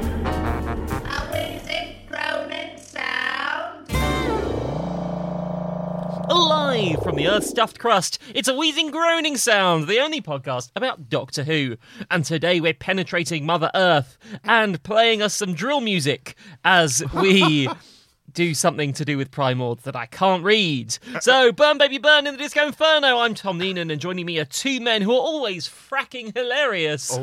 How is it grown and sound? Alive from the Earth's stuffed crust, it's a wheezing, groaning sound, the only podcast about Doctor Who. And today we're penetrating Mother Earth and playing us some drill music as we do something to do with Primord that I can't read. So, Burn Baby Burn in the Disco Inferno. I'm Tom Neenan, and joining me are two men who are always fracking hilarious.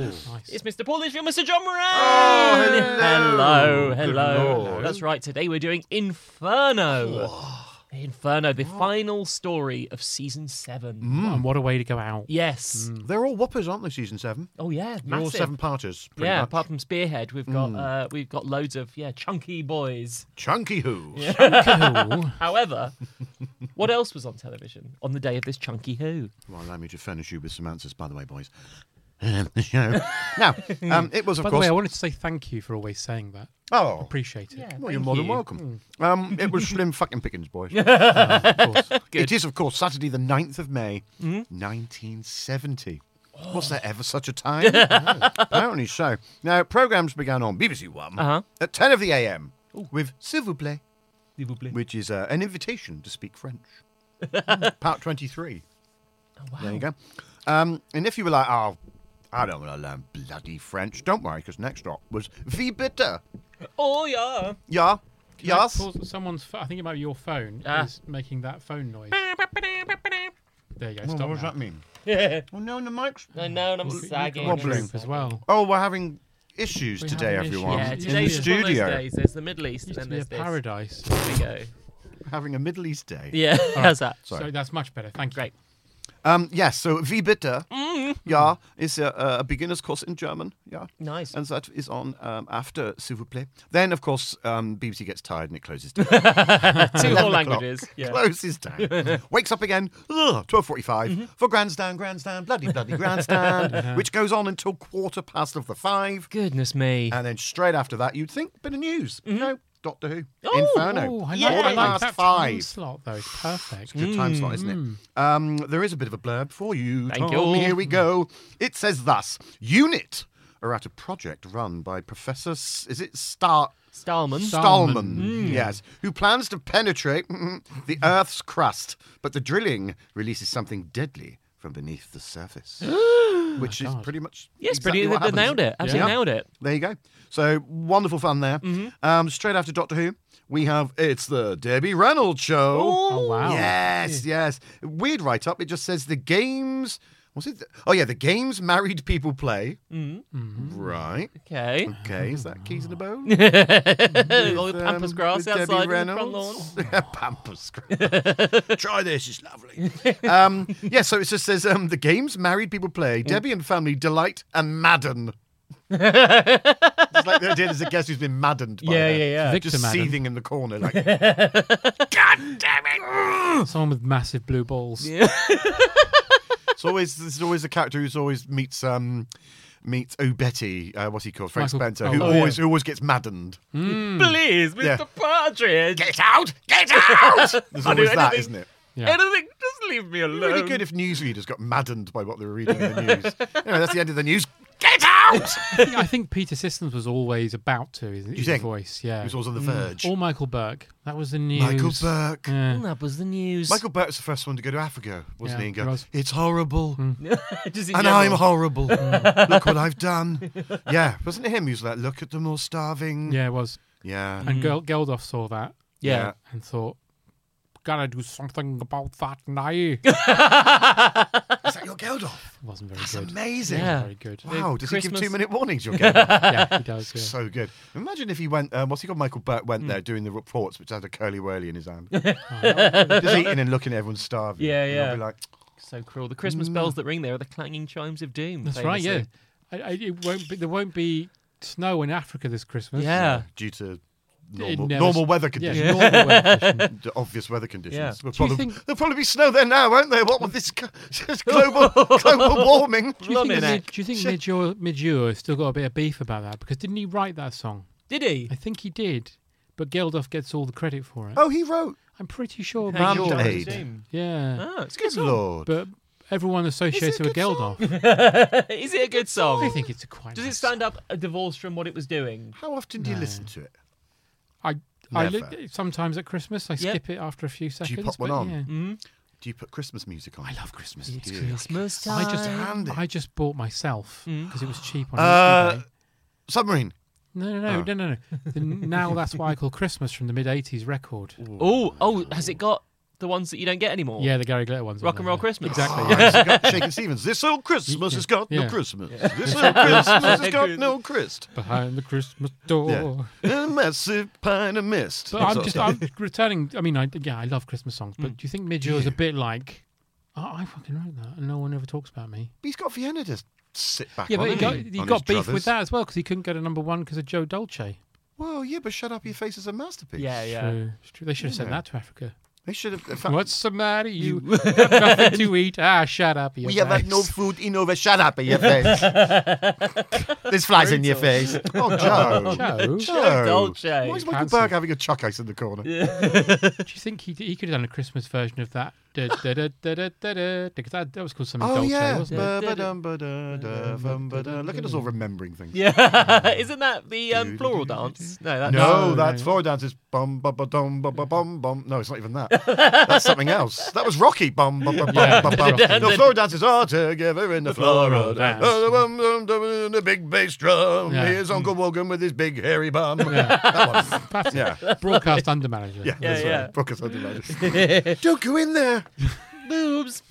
It's Mr. Paul Litchfield, Mr. John Moran. hello. Hello, That's right, today we're doing Inferno. Inferno, the Oh. final story of season seven. Mm. And what a way to go out. Yes. They're all whoppers, aren't they? Season seven. Oh yeah, They're Mm. all massive. seven parters. pretty yeah, much. Mm. apart from Spearhead, we've got uh, we've got loads of yeah chunky boys. chunky who? However, what else was on television on the day of this chunky who? Well, allow me to furnish you with some answers, by the way, boys. Um, the show. now, um, it was of By the course. way, I wanted to say thank you for always saying that. oh, Appreciate it. Yeah. well, you're more than thank you. Mm. welcome. Um, it was slim fucking pickings, boys. It is, of course, Saturday the 9th of May, Mm-hmm. 1970. Oh. Was there ever such a time? Apparently so. Now, programmes began on BBC One Uh-huh. at 10 of the AM with S'il vous plaît, S'il vous plaît. which is uh, an invitation to speak French. Part 23. Oh, There you go. Um, and if you were like, oh, I don't want to learn bloody French, don't worry, because next up was Wie bitte? Oh yeah. Ja, Can I yes. pause someone's pho- I think it might be your phone Ah. is making that phone noise. There you go. Well, Stop Oh, what does now. that mean? Yeah. Oh, no, the mic's I know, and I'm You sagging. can Wobbling. droop as well. Oh, we're having issues We're today, having everyone. issues. Yeah, In the today's just one of those studio. days. There's the Middle East, Used and then to be a there's this. paradise. There we go. Having a Middle East day. Yeah, how's that? So that's much better. Thank you. Great. Um, yes, so Wie bitte? Ja, is a, a beginner's course in German. Yeah. Nice. And that is on um, after S'il vous plaît. Then, of course, um, BBC gets tired and it closes down. Two 11 whole o'clock. languages. Yeah. Closes down. Wakes up again. Ugh, 12.45 for grandstand, grandstand, bloody, bloody grandstand, which goes on until quarter past of the five. Goodness me. And then straight after that, you'd think, bit of news. No, Doctor Who. Oh, Inferno. Oh, I like, Yeah. I Quarter like past that time five. slot though. It's perfect. Good time slot, isn't it? Um, there is a bit of a blurb for you. Thank Tom. you. Here we go. It says thus Unit are at a project run by Professor. S- is it Star. Stallman. Stallman, yes, who plans to penetrate the Earth's crust, but the drilling releases something deadly from beneath the surface, which is pretty much Yes, exactly pretty. what They, they happens. nailed it. Absolutely Yeah. nailed it. There you go. So wonderful fun there. Um, straight after Doctor Who, we have it's the Debbie Reynolds show. Oh wow. Yes, yes. Weird write up. It just says the games. Was it? oh yeah, the games married people play. Mm-hmm. Right. Okay. Okay. Is that keys in a bow? All um, the pampas grass outside in the front lawn. Pampas grass. Try this, it's lovely. Mm. um, yeah, so it just says um, the games married people play. Debbie and family delight and madden. it's like the idea there's a guest who's been maddened by Yeah, her. yeah, yeah. Victor Just madden. seething in the corner, like, God damn it! Someone with massive blue balls. It's always this is always the character who's always meets um meets Oh Betty, uh, what's he called, Frank Michael- Spencer, oh, who oh, yeah. always who always gets maddened. Hmm. Please, Mr. Yeah. Partridge. Get out! Get out! There's I'll do always that, anything. isn't it? Yeah. Anything, just leave me alone. really good if newsreaders got maddened by what they were reading in the news. anyway, that's the end of the news. Get out! I think- I think Peter Systems was always about to. Is, is think? voice? Yeah. he was also on the verge. Or Michael Burke. That was the news. Michael Burke. Yeah. Well, that was the news. Michael Burke was the first one to go to Africa, Yeah, Mm. wasn't he? And go, he was. it's horrible. Just in And general. I'm horrible. Mm. Look what I've done. Yeah, wasn't it him who's like, look at them all starving? Yeah, it was. Yeah. And Gel- Geldof saw that Yeah. and thought, "Gotta do something about that now." It's like, that your Geldof? It wasn't very That's good. amazing. Yeah. Very good. Wow, does he Christmas- give two minute warnings, your Geldof? yeah, he does. Yeah. so good. Imagine if he went, um, what's he called? Michael Burt went there doing the reports, which had a curly whirly in his hand. Just eating and looking at everyone starving. Yeah, And I'll yeah. be like, So cruel. The Mm. Christmas bells that ring there are the clanging chimes of doom. That's right. Yeah, famously. I, I, it won't be. There won't be snow in Africa this Christmas. Yeah. due to It normal, never- normal weather Yeah, conditions. normal weather conditions. The obvious weather conditions. Yeah. We'll Do you probably- think- There'll probably be snow there now, won't there? What with this, co- this global, global warming? Do you think, Blimey, Mid- Nick. do you think Midure, Midure has still got a bit of beef about that? Because didn't he write that song? Did he? I think he did, but Geldof gets all the credit for it. Oh, he wrote. I'm pretty sure. Mum Midure- died. Aid. Doom. Yeah, Oh, it's a good Good song. lord. but everyone associates it with Geldof. Is it a good song? I think it's a quite. Does it nice- stand up a divorce from what it was doing? How often do you listen to it? I, I Never. li- sometimes at Christmas I skip it after a few seconds. pop one but on? yeah. Do you put Christmas music on? I love Christmas Christmas I just Handy. I just bought myself because it was cheap on Uh, oh. eBay. Submarine. No, no, no, no, no, no. The now that's why I call Christmas from the mid '80s record. Oh, oh, has it got the ones that you don't get anymore? Yeah, the Gary Glitter ones. on Rock and there, Roll yeah. Christmas. Exactly. Oh, it's got Shaking Stevens. This old Christmas has got no Yeah. Christmas. This old Christmas has got no Christ. Behind the Christmas door. Yeah. A massive pint of mist. oh. But That's I'm all. just I'm returning. I mean, I, yeah, I love Christmas songs, but do you think Midge is a bit like? Oh, I fucking wrote that, and no one ever talks about me. He's got Vienna to sit back Yeah, on. but he got, hasn't he On got his beef with druthers. that as well because he couldn't get a number one because of Joe Dolce. Well, yeah, but Shut Up Your Face is a masterpiece. Yeah, yeah. So, it's true. they should have sent that to Africa. They should have. in fact, What's the matter? You got nothing to eat? Ah, shut up. you We have had guys. no food in over. Shut up in your face. There's flies in your face. Oh, Joe. Joe, do Joe. Dolce. Why is Michael Cancel. Berg having a chuck ice in the corner? you think he, he could have done a Christmas version of that? Da- da- da- da- da- da- da- Because that, that was called something Oh Dolce, yeah, wasn't it? Ba-ba-dum, ba-da, da, bum, ba-da. look at us all remembering things. Yeah, isn't that the um, floral dance? No, that's No, No, that's floor dances. Bum bum ba dum bum ba bum bum. No, it's not even that. That's something else. That was Rocky. Bum bum bum bum bum. bum. No, floor dances are together in the floral dance. dance. Oh, the bum bum dum in the big bass drum. Yeah. Here's Uncle Wogan with his big hairy bum. That's it. Yeah, Broadcast under manager. yeah, Yeah, that's yeah. right. Brooke has had the latest. Don't go in there. boobs.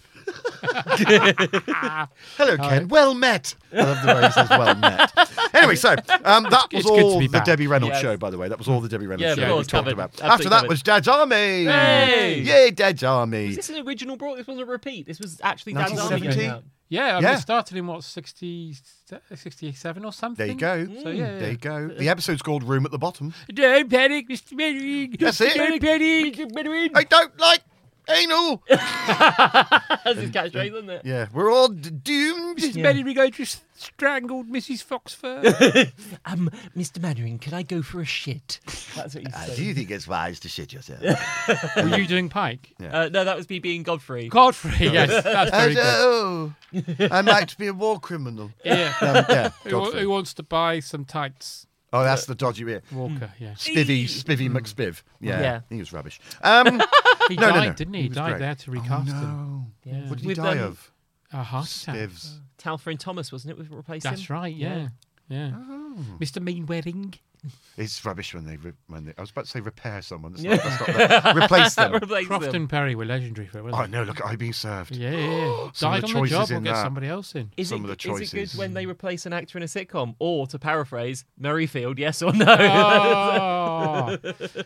Hello, Ken. Well met. I love the way he says well met. Anyway, so um, that was It's good to all be the back. Debbie Reynolds Yes. show, by the way. That was all the Debbie Reynolds Yeah, of show we course, talked covered. about. Absolutely After that covered. was Dad's Army. Hey! Yay, Dad's Army. Is this an original broad? This wasn't a repeat. This was actually Dan's Army. 1970? going out. Yeah, I mean, Yeah. it started in what, 60, 67 or something? There you go. Mm, So, yeah, There you go. The episode's called Room at the Bottom. Don't panic, Mr. Medwin. That's it. Don't panic, Mr. Medwin. I don't like anal. That's his catchphrase, isn't it? yeah, we're all d- doomed. Mr. Medwin, I just strangled Mrs. Fox first. Um, Mr. Mannering, can I go for a shit? That's what he Do said. Uh, you think it's wise to shit yourself? Were you doing Pike? Uh, no, that was me being Godfrey. Godfrey, yes, that's I very good. know. I might be a war criminal. Yeah. Um, yeah, Who, wa- Godfrey. who wants to buy some tights? Oh, that's the dodgy bit. Walker, yeah. Spivvy, Spivvy McSpiv. Yeah, Yeah. he was rubbish. Um, He No, no, died, no. didn't he? He He was died. great. Oh, They had to recast him. no. Yeah. What did he With, die um, of? A heart attack. Spivs. Talfrin Thomas, wasn't it? Was replaced That's him. right. Yeah. Yeah. Oh. Mr. Meanwedding. It's rubbish when they re- when they. I was about to say repair someone. That's not, that's not that. Replace them. Replaced him. Croft and Perry were legendary for it, weren't oh they? no! Look, I'm being served. Yeah, yeah, yeah. Some of died the on the job. choices We'll in get that. somebody else in. Is it, some of the Is it good choices. when they replace an actor in a sitcom? Or, to paraphrase, Murrayfield, yes or no? Oh.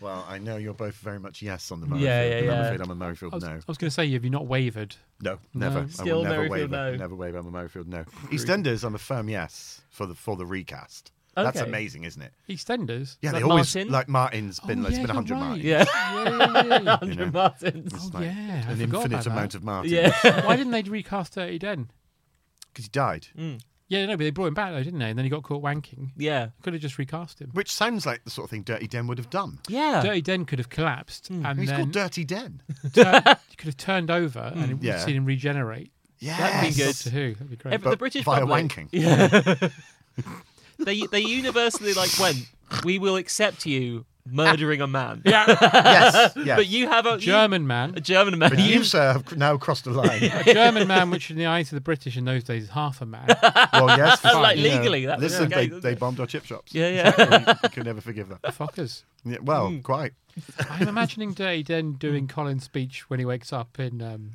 Well, I know you're both very much yes on the Murrayfield. Yeah, yeah, and I'm yeah. afraid I'm a Murrayfield I was, no. I was going to say, have you not wavered? No, never. I will Still never Murrayfield waver. no. Never waver. I'm a Murrayfield no. EastEnders, I'm a firm yes for the for the recast. That's Okay. amazing, isn't it? EastEnders? Yeah, Like they always Martin? like Martin's been. Oh, like, it's yeah, been you're a hundred right. Martins. yeah. Yeah, yeah, yeah. Andrew know. Martins. It's Oh, yeah, I an forgot about infinite amount that. of Martin. Yeah. Why didn't they recast Dirty Den? because he died. Yeah, no, but they brought him back though, didn't they? And then he got caught wanking. Yeah. Could have just recast him. Which sounds like the sort of thing Dirty Den would have done. Yeah. Dirty Den could have collapsed, and Hmm. He's then called Dirty Den. turn, you could have turned over, and we've Yeah. seen him regenerate. Yeah, That'd be Mm, good. To who? That'd be great. Ev- the But British via public, wanking. they they universally like went, we will accept you murdering a man. yes, yes. But you have a you- German man. a German man. But you, sir, have now crossed the line. A German man, which in the eyes of the British in those days is half a man. Well, yes, fine, like you know. legally, that was listen, okay, they, wasn't they it? bombed our chip shops. Yeah, Hmm. yeah. you can never forgive that. Fuckers. Yeah, well, quite. Mm. I'm imagining Dirty Den doing Colin's speech when he wakes up in um,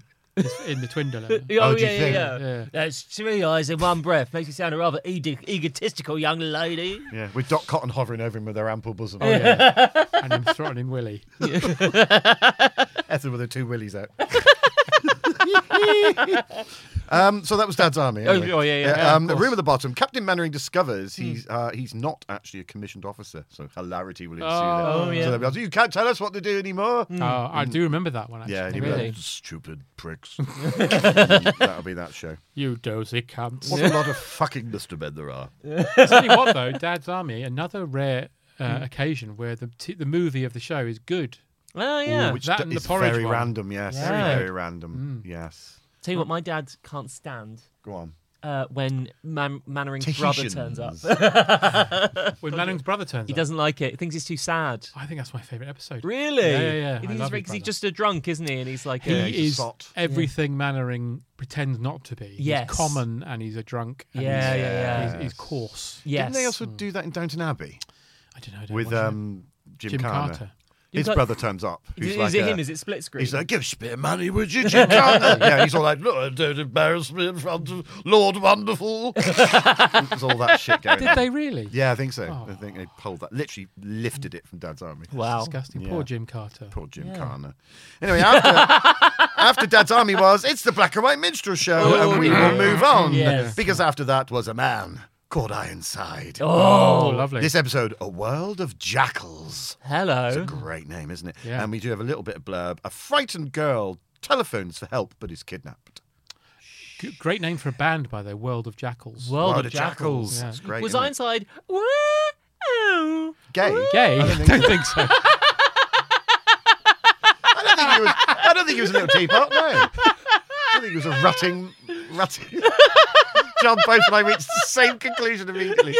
in the twin dilemma. Oh, do you yeah, yeah, think? yeah, Yeah. That's three eyes in one breath. Makes you sound a rather edi- egotistical young lady. Yeah, with Doc Cotton hovering over him with her ample bosom. Oh yeah, and him throttling Willie. Ethel with her two willies out. um, so that was Dad's Army. Oh, Anyway. oh, yeah, yeah, yeah, um, of the course. Hmm. room at the bottom. Captain Mannering discovers he's uh, he's not actually a commissioned officer, so hilarity will ensue. there. Oh, Oh, yeah. Hmm. So they'll be like, you can't tell us what to do anymore. Oh, I do remember that one. Actually. Yeah, and he'll be like, really. stupid pricks. That'll be that show. You dozy cunts. What a lot of fucking Mr. Men there are. Tell you what though, Dad's Army, another rare uh, Mm. occasion where the t- the movie of the show is good. Oh, yeah. Which that d- and the is porridge very one. random, yes. Yeah. Mm. Very, very random. Yes. Tell you what, my dad can't stand Go on. uh, when Man- Mannering's brother turns up. When Manning's brother turns He up. doesn't like it. He thinks it's too sad. I think that's my favourite episode. Really? Yeah, yeah, yeah. He I thinks love his because he's brother. just a drunk, isn't he? And he's like, He uh, he's a is sot. everything Mannering pretends not to be. Yes. He's common and he's a drunk. And Yeah, he's, yeah, He's, he's coarse. yes. Didn't they also do that in Downton Abbey? I don't know. I don't with watch it. um, Jim, Jim Carter. Carter. His Car- brother turns up. Is, who's is like it a- him? Is it split screen? He's like, give spare money, would you, Jim Carter? yeah, he's all like, look, don't embarrass me in front of Lord Wonderful. There's all that shit going Did on. they really? Yeah, I think so. I think they pulled that, literally lifted it from Dad's army. Oh. wow. Disgusting. Poor Yeah. Jim Carter. Poor Jim Carter. Anyway, after, after Dad's Army was, it's the Black and White Minstrel Show, and we will move on. Oh, Yes. Because after that was a man called Ironside. Oh, lovely. This episode, A World of Jackals. It's a Hello. great name, isn't it? Yeah. And we do have a little bit of blurb. A frightened girl telephones for help but is kidnapped. G- Great name for a band by the World of Jackals. World World of Jackals. Yeah. It's great. Was isn't it? Ironside? Woo! gay? Gay? I don't think so. I don't think he was. I don't think he was a little teapot. No, I think he was a rutting, rutting. John, both and I reached the same conclusion immediately.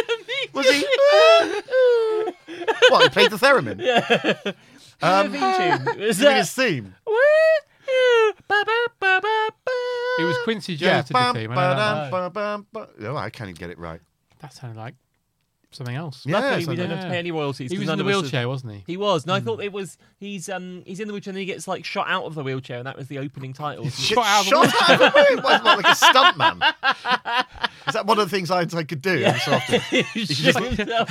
Was he? what? He played the theremin. Yeah. Um, was You mean that? his theme? Woo! Ba, ba, ba, ba, ba. It was Quincy Yeah. Jones did Bum, the theme. I know that much. ba-dum, ba-bum, ba- Oh, I can't even get it right. That sounded like something else. Yeah, Luckily, we something- don't have to pay any royalties. He 'cause was in none the of us have- wheelchair, wasn't he? He was. Hmm. No, I thought it was he's um he's in the wheelchair and then he gets like shot out of the wheelchair and that was the opening title. Shit, Shot out of the shot out of the room. Why is it not like a stuntman? Is that one of the things I, I could do? so often?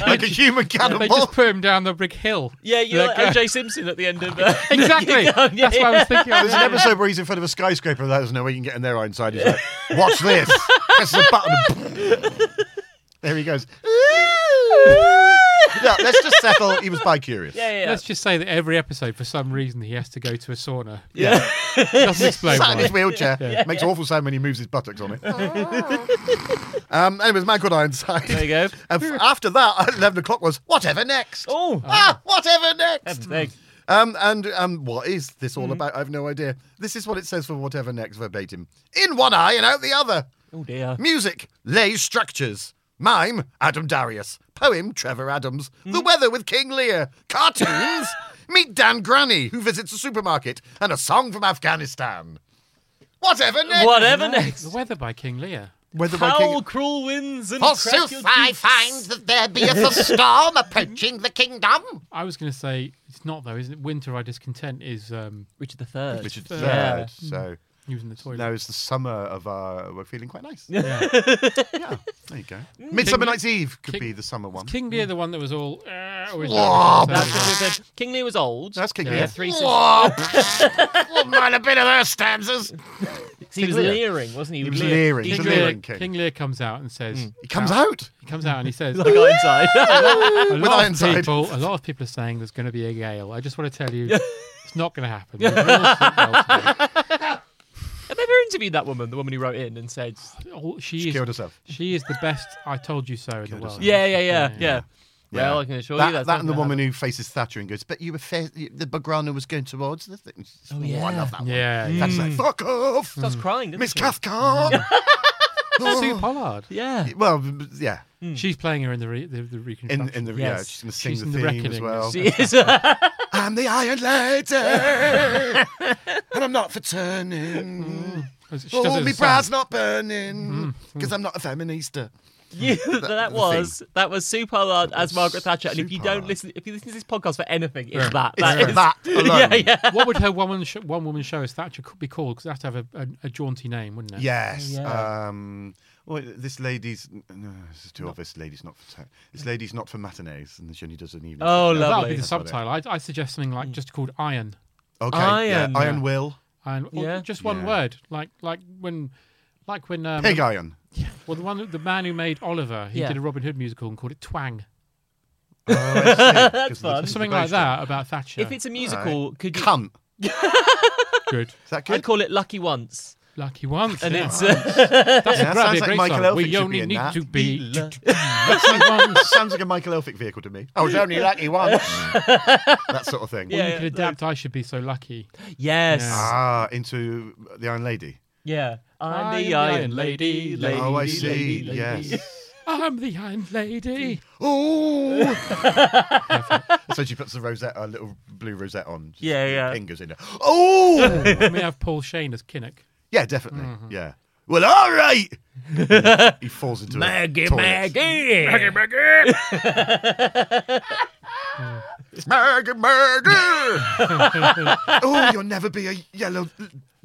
Like a human They cannonball. just put him down the brick hill. yeah, you're like Like, uh, OJ Simpson at the end of uh, Exactly. That's what I was thinking. Of. There's an episode where he's in front of a skyscraper that doesn't know where you can get in there inside. He's like, watch this. Presses a button. and there he goes. yeah, let's just settle. He was bi-curious. Yeah, yeah. yeah. Let's just say that every episode, for some reason, he has to go to a sauna. Yeah. Doesn't explain Sat in why. his wheelchair. Makes an awful sound when he moves his buttocks on it. um, anyways, man called Ironside. There you go. And f- after that, at 11 o'clock was whatever next. Oh. Ah, whatever next. There- Um, and um, what is this Mm. all about? I have no idea. This is what it says for whatever next verbatim. In one eye and out the other. Oh dear. Music, Lay Structures. Mime, Adam Darius. Poem, Trevor Adams. The Hmm? weather with King Lear. Cartoons, meet Dan Granny, who visits a supermarket. And a song from Afghanistan. Whatever next. Whatever next. The weather by King Lear. Weather by Howl, King- cruel winds, and crack your Forsooth, I teeth. find that there be a storm approaching the kingdom. I was going to say it's not though, isn't it? Winter I discontent is um, Richard the Third. Richard III. Yeah. So using the toilet. now is the summer of our. We're feeling quite nice. Yeah. yeah. There you go. Hmm. Midsummer Night's Eve could be the summer one. King Lear, the one that was all. Uh, always Whoa, That's the third. King Lear was old. That's King Yeah, Lear. Three Whoa! Wouldn't mind a bit of those stanzas. He was Lear. leering, wasn't he? He was leer- leering. He's He's King a Lear, leering king. Hmm. King Lear comes out and says, He comes out. He comes out and he says, like Ironside. a With lot of Ironside. people, a lot of people are saying there's going to be a gale. I just want to tell you, it's not going to happen. There's really something else. Have they ever interviewed that woman, the woman who wrote in and said, All- she, She is, killed herself. she is the best. I told you so in the world. yeah, yeah, yeah, yeah. Hmm. Well, Yeah. I can assure That, you that's that and the not gonna woman who faces Thatcher and goes, "But you were fair, you- the Bagrana was going towards the thing." Oh, I yeah. love that Yeah, Mm. one. yeah. That's like, "Fuck off, happen. Starts crying, doesn't Miss she? Cathcart." Oh. Mm. Sue Pollard. Yeah. well, b- yeah, She's playing her in the re- the, the in reconstruction. Hmm. in the yeah, Yes. she's gonna sing Mm. She's the in the theme as reckoning. well. She is. I'm the Iron Lady, and I'm not for turning. She does it Oh, as me a song. Mm-hmm. bride's not burning, because I'm not a feminista. You, that the was that was Superlard as Margaret Thatcher. And if you don't Superlard. listen, if you listen to this podcast for anything, it's that. It's That is- that alone. yeah, yeah. what would her one woman sh- one woman show as Thatcher could be called? Because it have to have a, a, a jaunty name, wouldn't it? Yes. Yeah. Um, well, this lady's no, this is too obvious. This lady's not for ta- this lady's not for matinees, and she only does an evening. Oh, show. that lovely. would be the That's subtitle. I, I suggest something Hmm. like just called Iron. Okay. Iron. yeah. iron will. Iron. Or Yeah. Just one Yeah. word, like like when, like when um, Pig iron. well the one the man who made Oliver, he Yeah. did a Robin Hood musical and called it Twang. That's fun. Something like that about Thatcher. If it's a musical, could you? Cunt. good, Is that good? I'd call it Lucky Once, lucky one. and yeah. it's uh, That's Yeah, a grabby, sounds like great Michael song. Elphick We should only be in need that. to be. That sounds like a Michael Elphick vehicle to me. I was only lucky once. that sort of thing. Or Yeah. you could adapt. I should be so lucky. yes, Ah, into the Iron Lady. yeah. I'm, I'm the Iron Lady. lady oh, I lady, see. lady, lady. yes. I'm the Iron Lady. Oh. so she puts the rosette, a little blue rosette on. just Yeah, yeah. Fingers in there. Oh. and we have Paul Shane as Kinnock. yeah, definitely. Mm-hmm. Yeah. Well, all right. he falls into a Maggie, toilet. Maggie. Maggie, Maggie. oh, you'll never be a yellow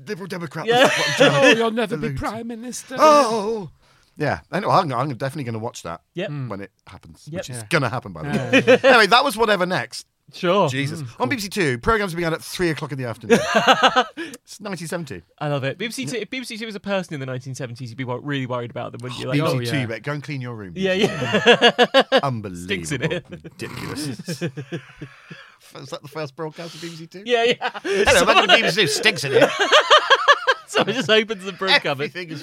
Liberal Democrat. That's what I'm trying to Oh, you'll never be Salute. prime minister. Oh. Yeah. Anyway, I'm, I'm definitely going to watch that Yep. Mm. when it happens, Yep. which is Yeah. going to happen, by the way. anyway, that was Whatever Next. Sure, Mm, Jesus. On BBC Two, programmes began at 3 o'clock in the afternoon. it's 1970. I love it. BBC Two, if BBC Two was a person in the 1970s, you'd be wor- really worried about them, wouldn't you? Like, BBC oh, yeah. Two, mate. Go and clean your room. yeah, yeah. Unbelievable. Stinks in it. Ridiculous. Is that the first broadcast of BBC Two? Yeah, yeah. Hello, welcome to BBC Two. Stinks in it. Someone just opens the broom cupboard. Everything is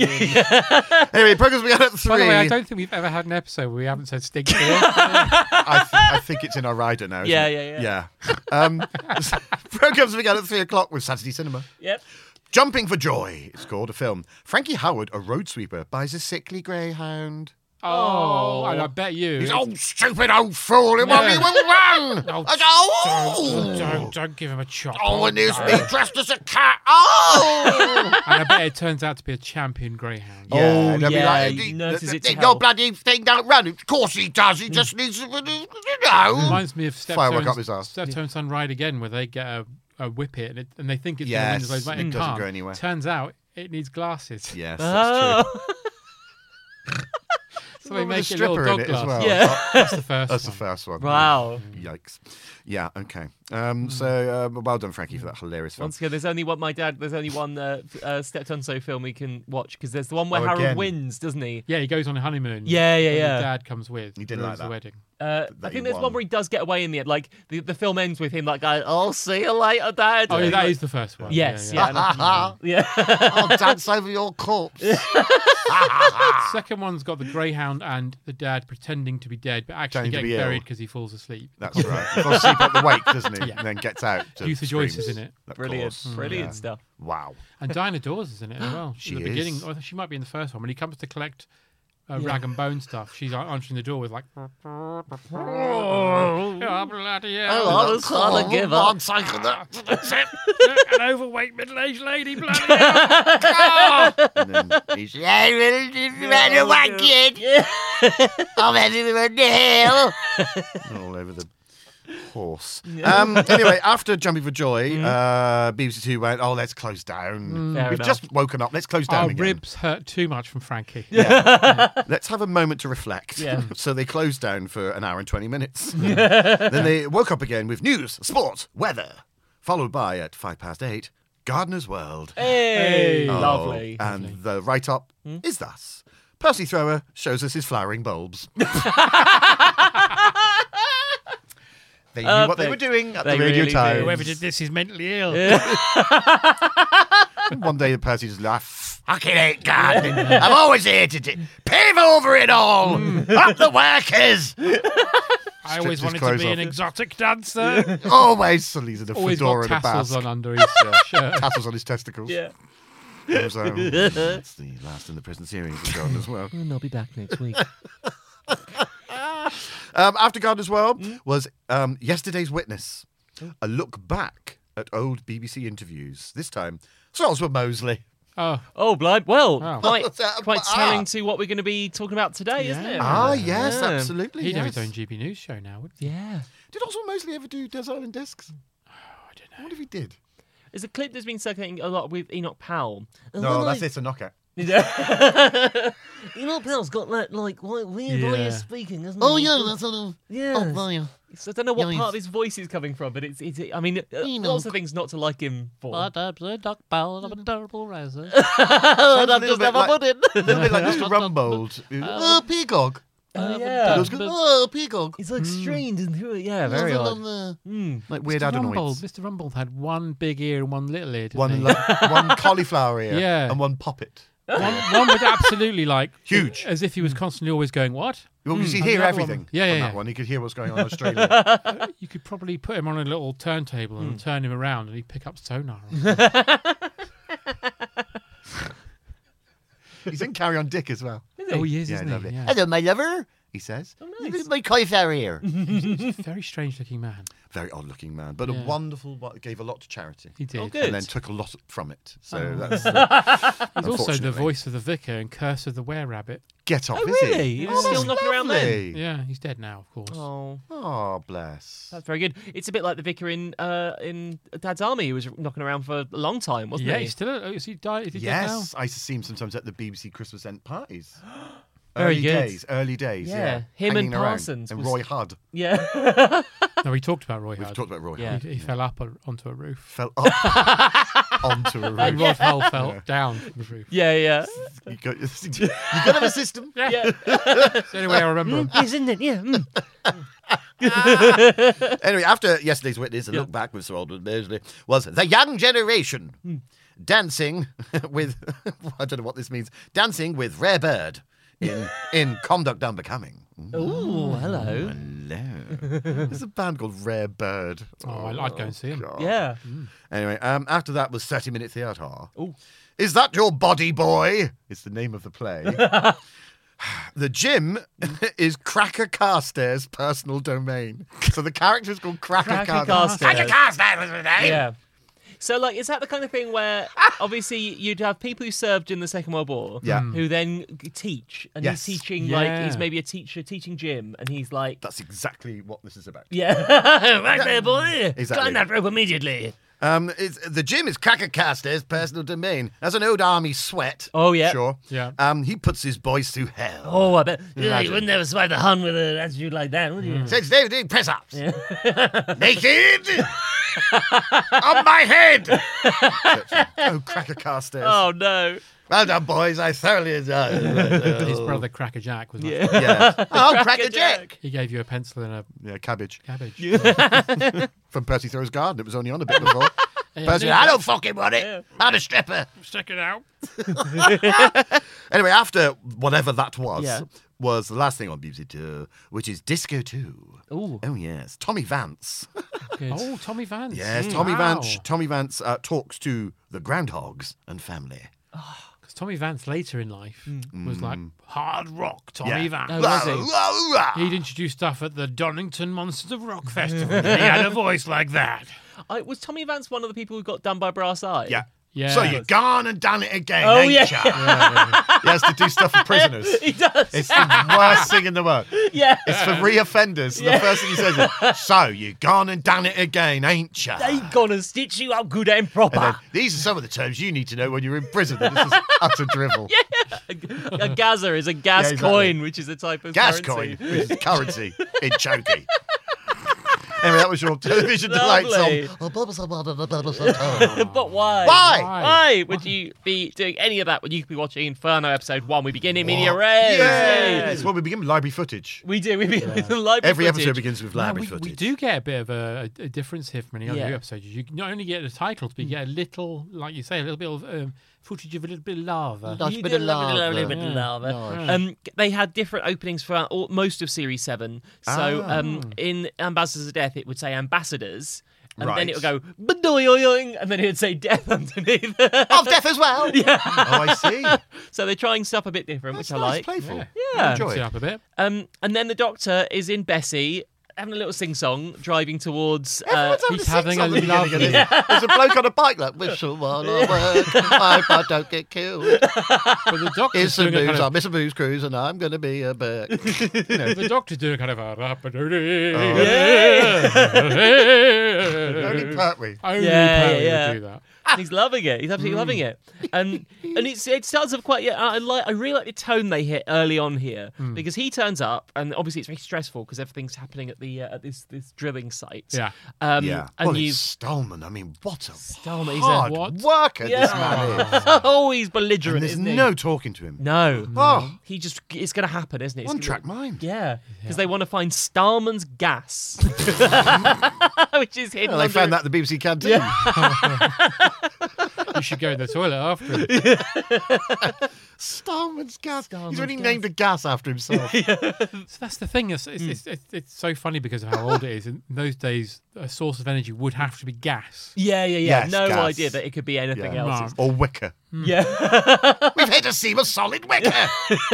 in. anyway, programmes began at 3. By the way, I don't think we've ever had an episode where we haven't said stink. Deal. I, th- I think it's in our rider now. isn't Yeah, it? yeah, Yeah. Um, programs began at three o'clock with Saturday Cinema. Yep. Jumping for Joy, it's called a film. Frankie Howard, a road sweeper, buys a sickly greyhound. oh, and I bet you. He's old, stupid old fool, him only will run. Oh, I go, oh, don't, don't, don't give him a chop. oh, and there's me no. dressed as a cat. Oh. And I bet it turns out to be a champion greyhound. Yeah, Oh, they'll be yeah, like, he "You- nurses th- it to th- hell." Your bloody thing don't run. Of course he does. He just needs to, you know. Reminds me of Steptoe Firework and, up his arse. Steptoe and Son Ride Again, where they get a, a whip it and, it and they think it's Yes, going to win. it It doesn't can't. go anywhere. Turns out it needs glasses. Yes, Oh, So they With a make it little stripper dog in it as glasses. well. yeah. That's the first That's the one. first one. Wow. Yikes. Yeah, okay. Um, So, uh, well done, Frankie, for that hilarious film. Once again, there's only one. My dad. There's only one uh, f- uh, Stepped on So film we can watch because there's the one where Oh, Harold again. wins, doesn't he? Yeah, he goes on a honeymoon. Yeah, yeah, and yeah. The dad comes with. He did like the that. wedding. Uh, I he think there's one won. where he does get away in the end. Like the, the film ends with him like, going, "I'll see you later, Dad." Oh, yeah, And that he- is the first one. Yes, yeah. yeah, yeah. I'll dance over your corpse. Second one's got the greyhound and the dad pretending to be dead, but actually Pretending to getting be ill. buried because he falls asleep. That's right. He falls asleep at the wake, doesn't he? And then gets out. to Luther Joyce is screams. in it. Of brilliant, Mm. course. brilliant Yeah. stuff. Wow. And Dinah Dawes is in it as well. She in the is. beginning, or she might be in the first one. When he comes to collect uh, rag and bone stuff, she's like, answering the door with like, oh, bloody hell. I was trying to give up. Oh. an overweight middle-aged lady, bloody hell. And then he's, yeah, Run away, kid. Yeah. I'm heading to hell. all over the horse. Um, anyway, after Jumping for Joy, Mm. uh, BBC Two went, oh, let's close down. Fair We've enough. just woken up. Let's close down Our again. ribs hurt too much from Frankie. Let's have a moment to reflect. Yeah. so they closed down for an hour and 20 minutes. then they woke up again with news, sport, weather, followed by, at five past eight, Gardener's World. Hey, Oh, lovely. And the write up is thus Percy Thrower shows us his flowering bulbs. they knew what they Perfect. were doing at They the radio really time. Whoever this is mentally ill. One day Percy just laughed. Fucking hate gardening. I've always hated it. Pave over it all. Up the workers. I Stripped his always wanted to clothes be off. an exotic dancer. Always Sully's in a always fedora got and a tassels basque. on under his uh, shirt. tassels on his testicles. Yeah. It was, um, it's the last in the prison series of Garden as well. And I'll be back next week. Um, after Garden as well was um, Yesterday's Witness, a look back at old BBC interviews. This time, Salzburg Mosley. Oh, Oh, blood. Well, Oh. quite, Ah. quite telling to what we're going to be talking about today, isn't it? Ah, yes, Oh, Yeah. absolutely. he'd have his yes. own GB News show now, wouldn't he? Yeah. Did Oswald Mosley ever do Desert Island Discs? Oh, I don't know. I wonder if he did. There's a clip that's been circulating a lot with Enoch Powell. No, that's it's a knockout. Enoch Powell's got that, like, like weird way Yeah. of speaking, doesn't Oh, he? yeah, that's a little. Yeah. Oh, well, yeah. So I don't know what Yeah, part of he's- his voice is coming from, but it's, it's I mean, uh, lots Enoch. of things not to like him for. I'm a Oh, Sounds a little bit like- a little bit like Mr. Rumbold. Oh, peacock. Oh, yeah. Hmm. Those good- Oh, peacock. He's like strained and through it. Yeah, very odd. Nothing on there. Like Weird Mr. Rumbold, Adenoids. Mr. Rumbold had one big ear and one little ear. Didn't he? One, lo- one cauliflower ear Yeah. and one poppet. one, one was absolutely like Huge. as if he Hmm. was constantly always going. What? Well, Mm. because he the hear other one- everything Yeah, yeah, on yeah. that one. He could hear what's going on in Australia. You could probably put him on a little turntable Hmm. and turn him around, and he'd pick up sonar. He's in Carry On Dick as well. oh, he is, Yeah, isn't lovely. he? Yeah. Hello, my lover. He says. Look at my cauliflower ear. He's a very strange looking man. Very odd looking man, but a Yeah. wonderful, wo- gave a lot to charity. He did. Oh, good. And then took a lot from it. So Oh. that's. uh, He's also the unfortunately. voice of the vicar and curse of the were rabbit. Get off, Oh, is really? he? He was still that's knocking around then? lovely. Yeah, he's dead now, of course. Oh. Oh, bless. That's very good. It's a bit like the vicar in uh, in Dad's Army. He was knocking around for a long time, wasn't yeah, he? he's still. oh, Is he died? Is he dead now? Yes, I used to see him sometimes at the BBC Christmas End parties. Very early good. days, early days. Yeah, Yeah, him and Hanging around. Parsons and was- Roy Hudd. yeah. No, we talked about Roy We've Hudd. talked about Roy Yeah. Hudd. He, he fell up a, onto a roof. Fell up onto a And roof. Rod Hull fell down from the roof. Uh, Yeah, yeah. You got, you got to have a system. yeah. It's the only way I remember him. Isn't it? Yeah. mm. Anyway, after yesterday's witness, a look back with Sir Aldwin Mosley was the young generation Hmm. dancing with I don't know what this means. Dancing with Rare Bird in in conduct unbecoming. Ooh, hello. Hello. There's a band called Rare Bird. Oh, I- I'd go and see him. Oh, God. Yeah. Anyway, um, after that was 30 Minute Theatre. Ooh. Is that your body, boy? It's the name of the play. the gym is Cracker Carstairs' personal domain. So the character is called Cracker, Cracker Carstairs. Carstairs. Yeah. Yeah. So, like, is that the kind of thing where obviously you'd have people who served in the Second World War, Ah! Yeah. Mm. who then g- teach, and Yes. he's teaching like he's Yeah. maybe a teacher teaching gym, and he's like, That's exactly what this is about. yeah, right there, boy, Exactly. climb that rope immediately. Um, it's, the gym is Cracker Carstairs' personal domain. That's an old army sweat. Oh, yeah. Sure. Yeah. Um, he puts his boys through hell. Oh, I bet yeah, Imagine. you wouldn't ever survive the Hun with an attitude like that, would you? Says Hmm. they were doing press ups. Naked! on my head! oh, Cracker Carstairs. Oh no! Well done, boys. I thoroughly enjoyed Uh, His brother Cracker Jack was. Yeah. Yeah. Yeah. Oh, Cracker Jack. He gave you a pencil and a Yeah, cabbage. cabbage. From Percy Thoreau's Garden. It was only on a bit before. Percy, I I don't fucking want it. I'm a stripper. Check it out. Anyway, after whatever that was, Yeah. was the last thing on BBC Two, which is Disco 2. Ooh. Oh, yes. Tommy Vance. Oh, Tommy Vance. Yes, Hmm. Tommy Mm. Vance. Tommy Vance uh, talks to the groundhogs and family. Because Tommy Vance later in life was like hard rock Tommy Vance. Oh, was he? He'd introduced stuff at the Donington Monsters of Rock Festival. and he had a voice like that. I, was Tommy Vance one of the people who got done by brass eye? Yeah. Yeah. So you've gone and done it again. Oh, ain't yeah. ya? he has to do stuff for prisoners. he does. It's the worst thing in the world. yeah, It's for reoffenders. And The first thing he says is, "So you gone and done it again, ain't ya?" they gonna stitch you up good and proper. And then, These are some of the terms you need to know when you're in prison. This is utter drivel. a gazza is a gas Yeah, exactly. coin, which is a type of Gas currency. coin, which is currency in Choki. anyway, that was your television delights Lovely. on but why? Why? Why? Why would you be doing any of that when you could be watching Inferno episode one? We begin in media res. Yes. Well, we begin with library footage. We do. We begin with the library Every footage. episode begins with Yeah, library we, footage. we do get a bit of a, a difference here from any other Yeah. episodes. You not only get the titles, but you get a little, like you say, a little bit of um, footage of a little bit of lava. Nice You bit do of love a lava. little bit of lava. Nice. Um, they had different openings for all, most of Series 7. So Ah. um, in Ambassadors of Death, it would say Ambassadors. And Right. then it would go, "Badoyoyoing," and then it would say death underneath. Of death as well. Oh, I see. so they're trying stuff a bit different, That's which I nice, like. playful. Yeah. Enjoy Mix it it. up a bit. Um, and then the Doctor is in Bessie. having a little sing song, driving towards. Uh, Everyone's having he's a having a sing-song at the beginning of this. There's a bloke on a bike like, whistle while I work, hope I don't get killed. But the Here's doctor's some doing a booze, kind I of, miss a booze cruise and I'm going to be a bird. the doctor's doing a kind of a rap Only partly. Only Yeah, Perry yeah. would do that. He's loving it. He's absolutely loving it. And and it's, it starts off quite. Yeah, I like. I really like the tone they hit early on here Mm. because he turns up, and obviously it's very stressful because everything's happening at the uh, at this this drilling site. Yeah. Um, Yeah. And well, you. it's Stallman. I mean, what a Stallman, he's a hard what? worker this Yeah. man is. oh, he's belligerent. And there's isn't he? no talking to him. No. Oh, He just. It's going to happen, isn't it? It's one gonna- track mind. Yeah, because they want to find Starman's gas, which is hidden. Well, they under- found that at the BBC canteen. You should go in the toilet after. him. Stallman's gas. Stallman's He's already gas. named a gas after himself. So that's the thing. It's, it's, it's, it's, it's so funny because of how old it is. In those days, a source of energy would have to be gas. Yeah, yeah, yeah. Yes, no gas. idea that it could be anything Yeah. else. or wicker. It's- Hmm. Yeah. We've hit a seam of solid wicker.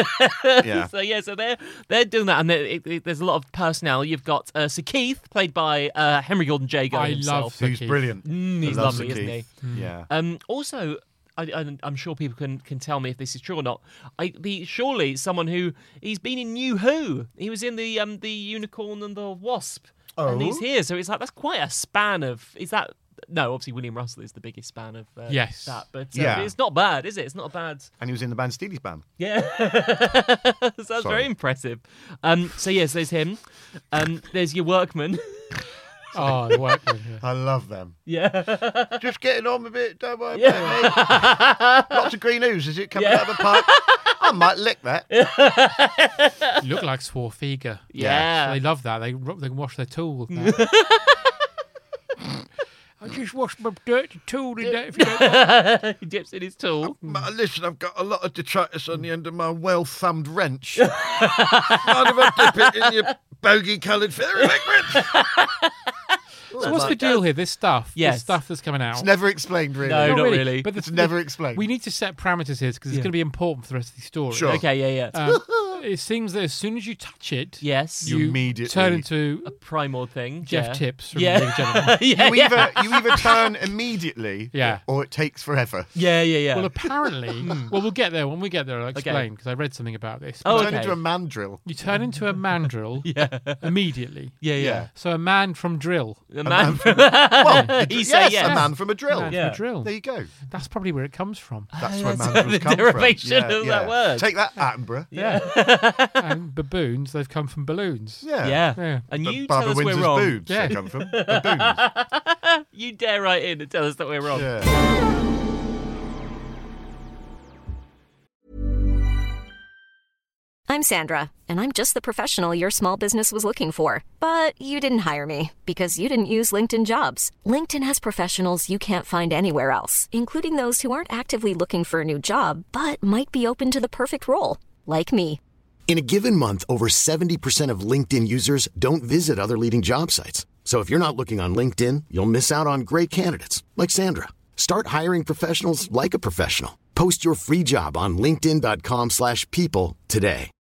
yeah. So yeah, so they're they're doing that, and there- it, it, there's a lot of personnel. You've got uh, Sir Keith, played by uh, Henry Gordon Jago I love himself. Sir Who's Keith. brilliant. Mm, he's I love lovely, Sir isn't he? Keith. Yeah. Um, also, I, I, I'm sure people can, can tell me if this is true or not. I the surely someone who he's been in New Who. He was in the um the unicorn and the wasp, and Oh. he's here. So it's like that's quite a span of. Is that no? Obviously, William Russell is the biggest span of uh, Yes. that, but uh, Yeah. it's not bad, is it? It's not a bad. And he was in the band Steely's band. Yeah, so that's very impressive. Um, so yes, there's him. Um, there's your workman. Oh, the workman. yeah. I love them. yeah, Just getting on with it. Don't worry about me. Lots of green ooze. Is it coming Yeah. out of the pipe? I might lick that. Look like Swarfiga. Yeah. They love that. They rub- they can wash their tool. now. I just washed my dirty tool in that. If you don't mind. he dips in his tool. Ma- Listen, I've got a lot of detritus on the end of my well thumbed wrench. Mind if I dip it in your bogey coloured fairy liquid? So what's the deal here? This stuff. Yes. This stuff that's coming out. It's never explained, really. No, not really. But the- It's never explained. We need to set parameters here because it's Yeah. going to be important for the rest of the story. Sure. Oh. Okay, yeah, yeah. Um, it seems that as soon as you touch it, yes, you, You immediately- turn into primal thing. Jeff yeah. Tips from Yeah. League of Gentlemen. yeah, you yeah. either you either turn immediately, Yeah. or it takes forever. yeah, yeah, yeah. Well, apparently, Hmm. well, we'll get there when we get there. I'll explain because I read something about this. Oh, turn okay. into a mandrill. You turn into a mandrill immediately. yeah, yeah. yeah. So a man from drill. The man, Well, He yes, said yes. a man from a drill. Man Yeah. from drill. There you go. That's probably where it comes from. That's where Oh, that's mandrills the come derivation from. Yeah, of yeah. that word. Take that, Attenborough. Yeah. and baboons, they've come from balloons. yeah. yeah. Yeah. And But you tell Barbara us Windsor's we're wrong. boobs Yeah. they come from. Baboons. You dare write in and tell us that we're wrong. Yeah. I'm Sandra, and I'm just the professional your small business was looking for. But you didn't hire me because you didn't use LinkedIn jobs. LinkedIn has professionals you can't find anywhere else, including those who aren't actively looking for a new job but might be open to the perfect role, like me. In a given month, over 70% of LinkedIn users don't visit other leading job sites. So if you're not looking on LinkedIn, you'll miss out on great candidates like Sandra. Start hiring professionals like a professional. Post your free job on linkedin.com/people slash people today.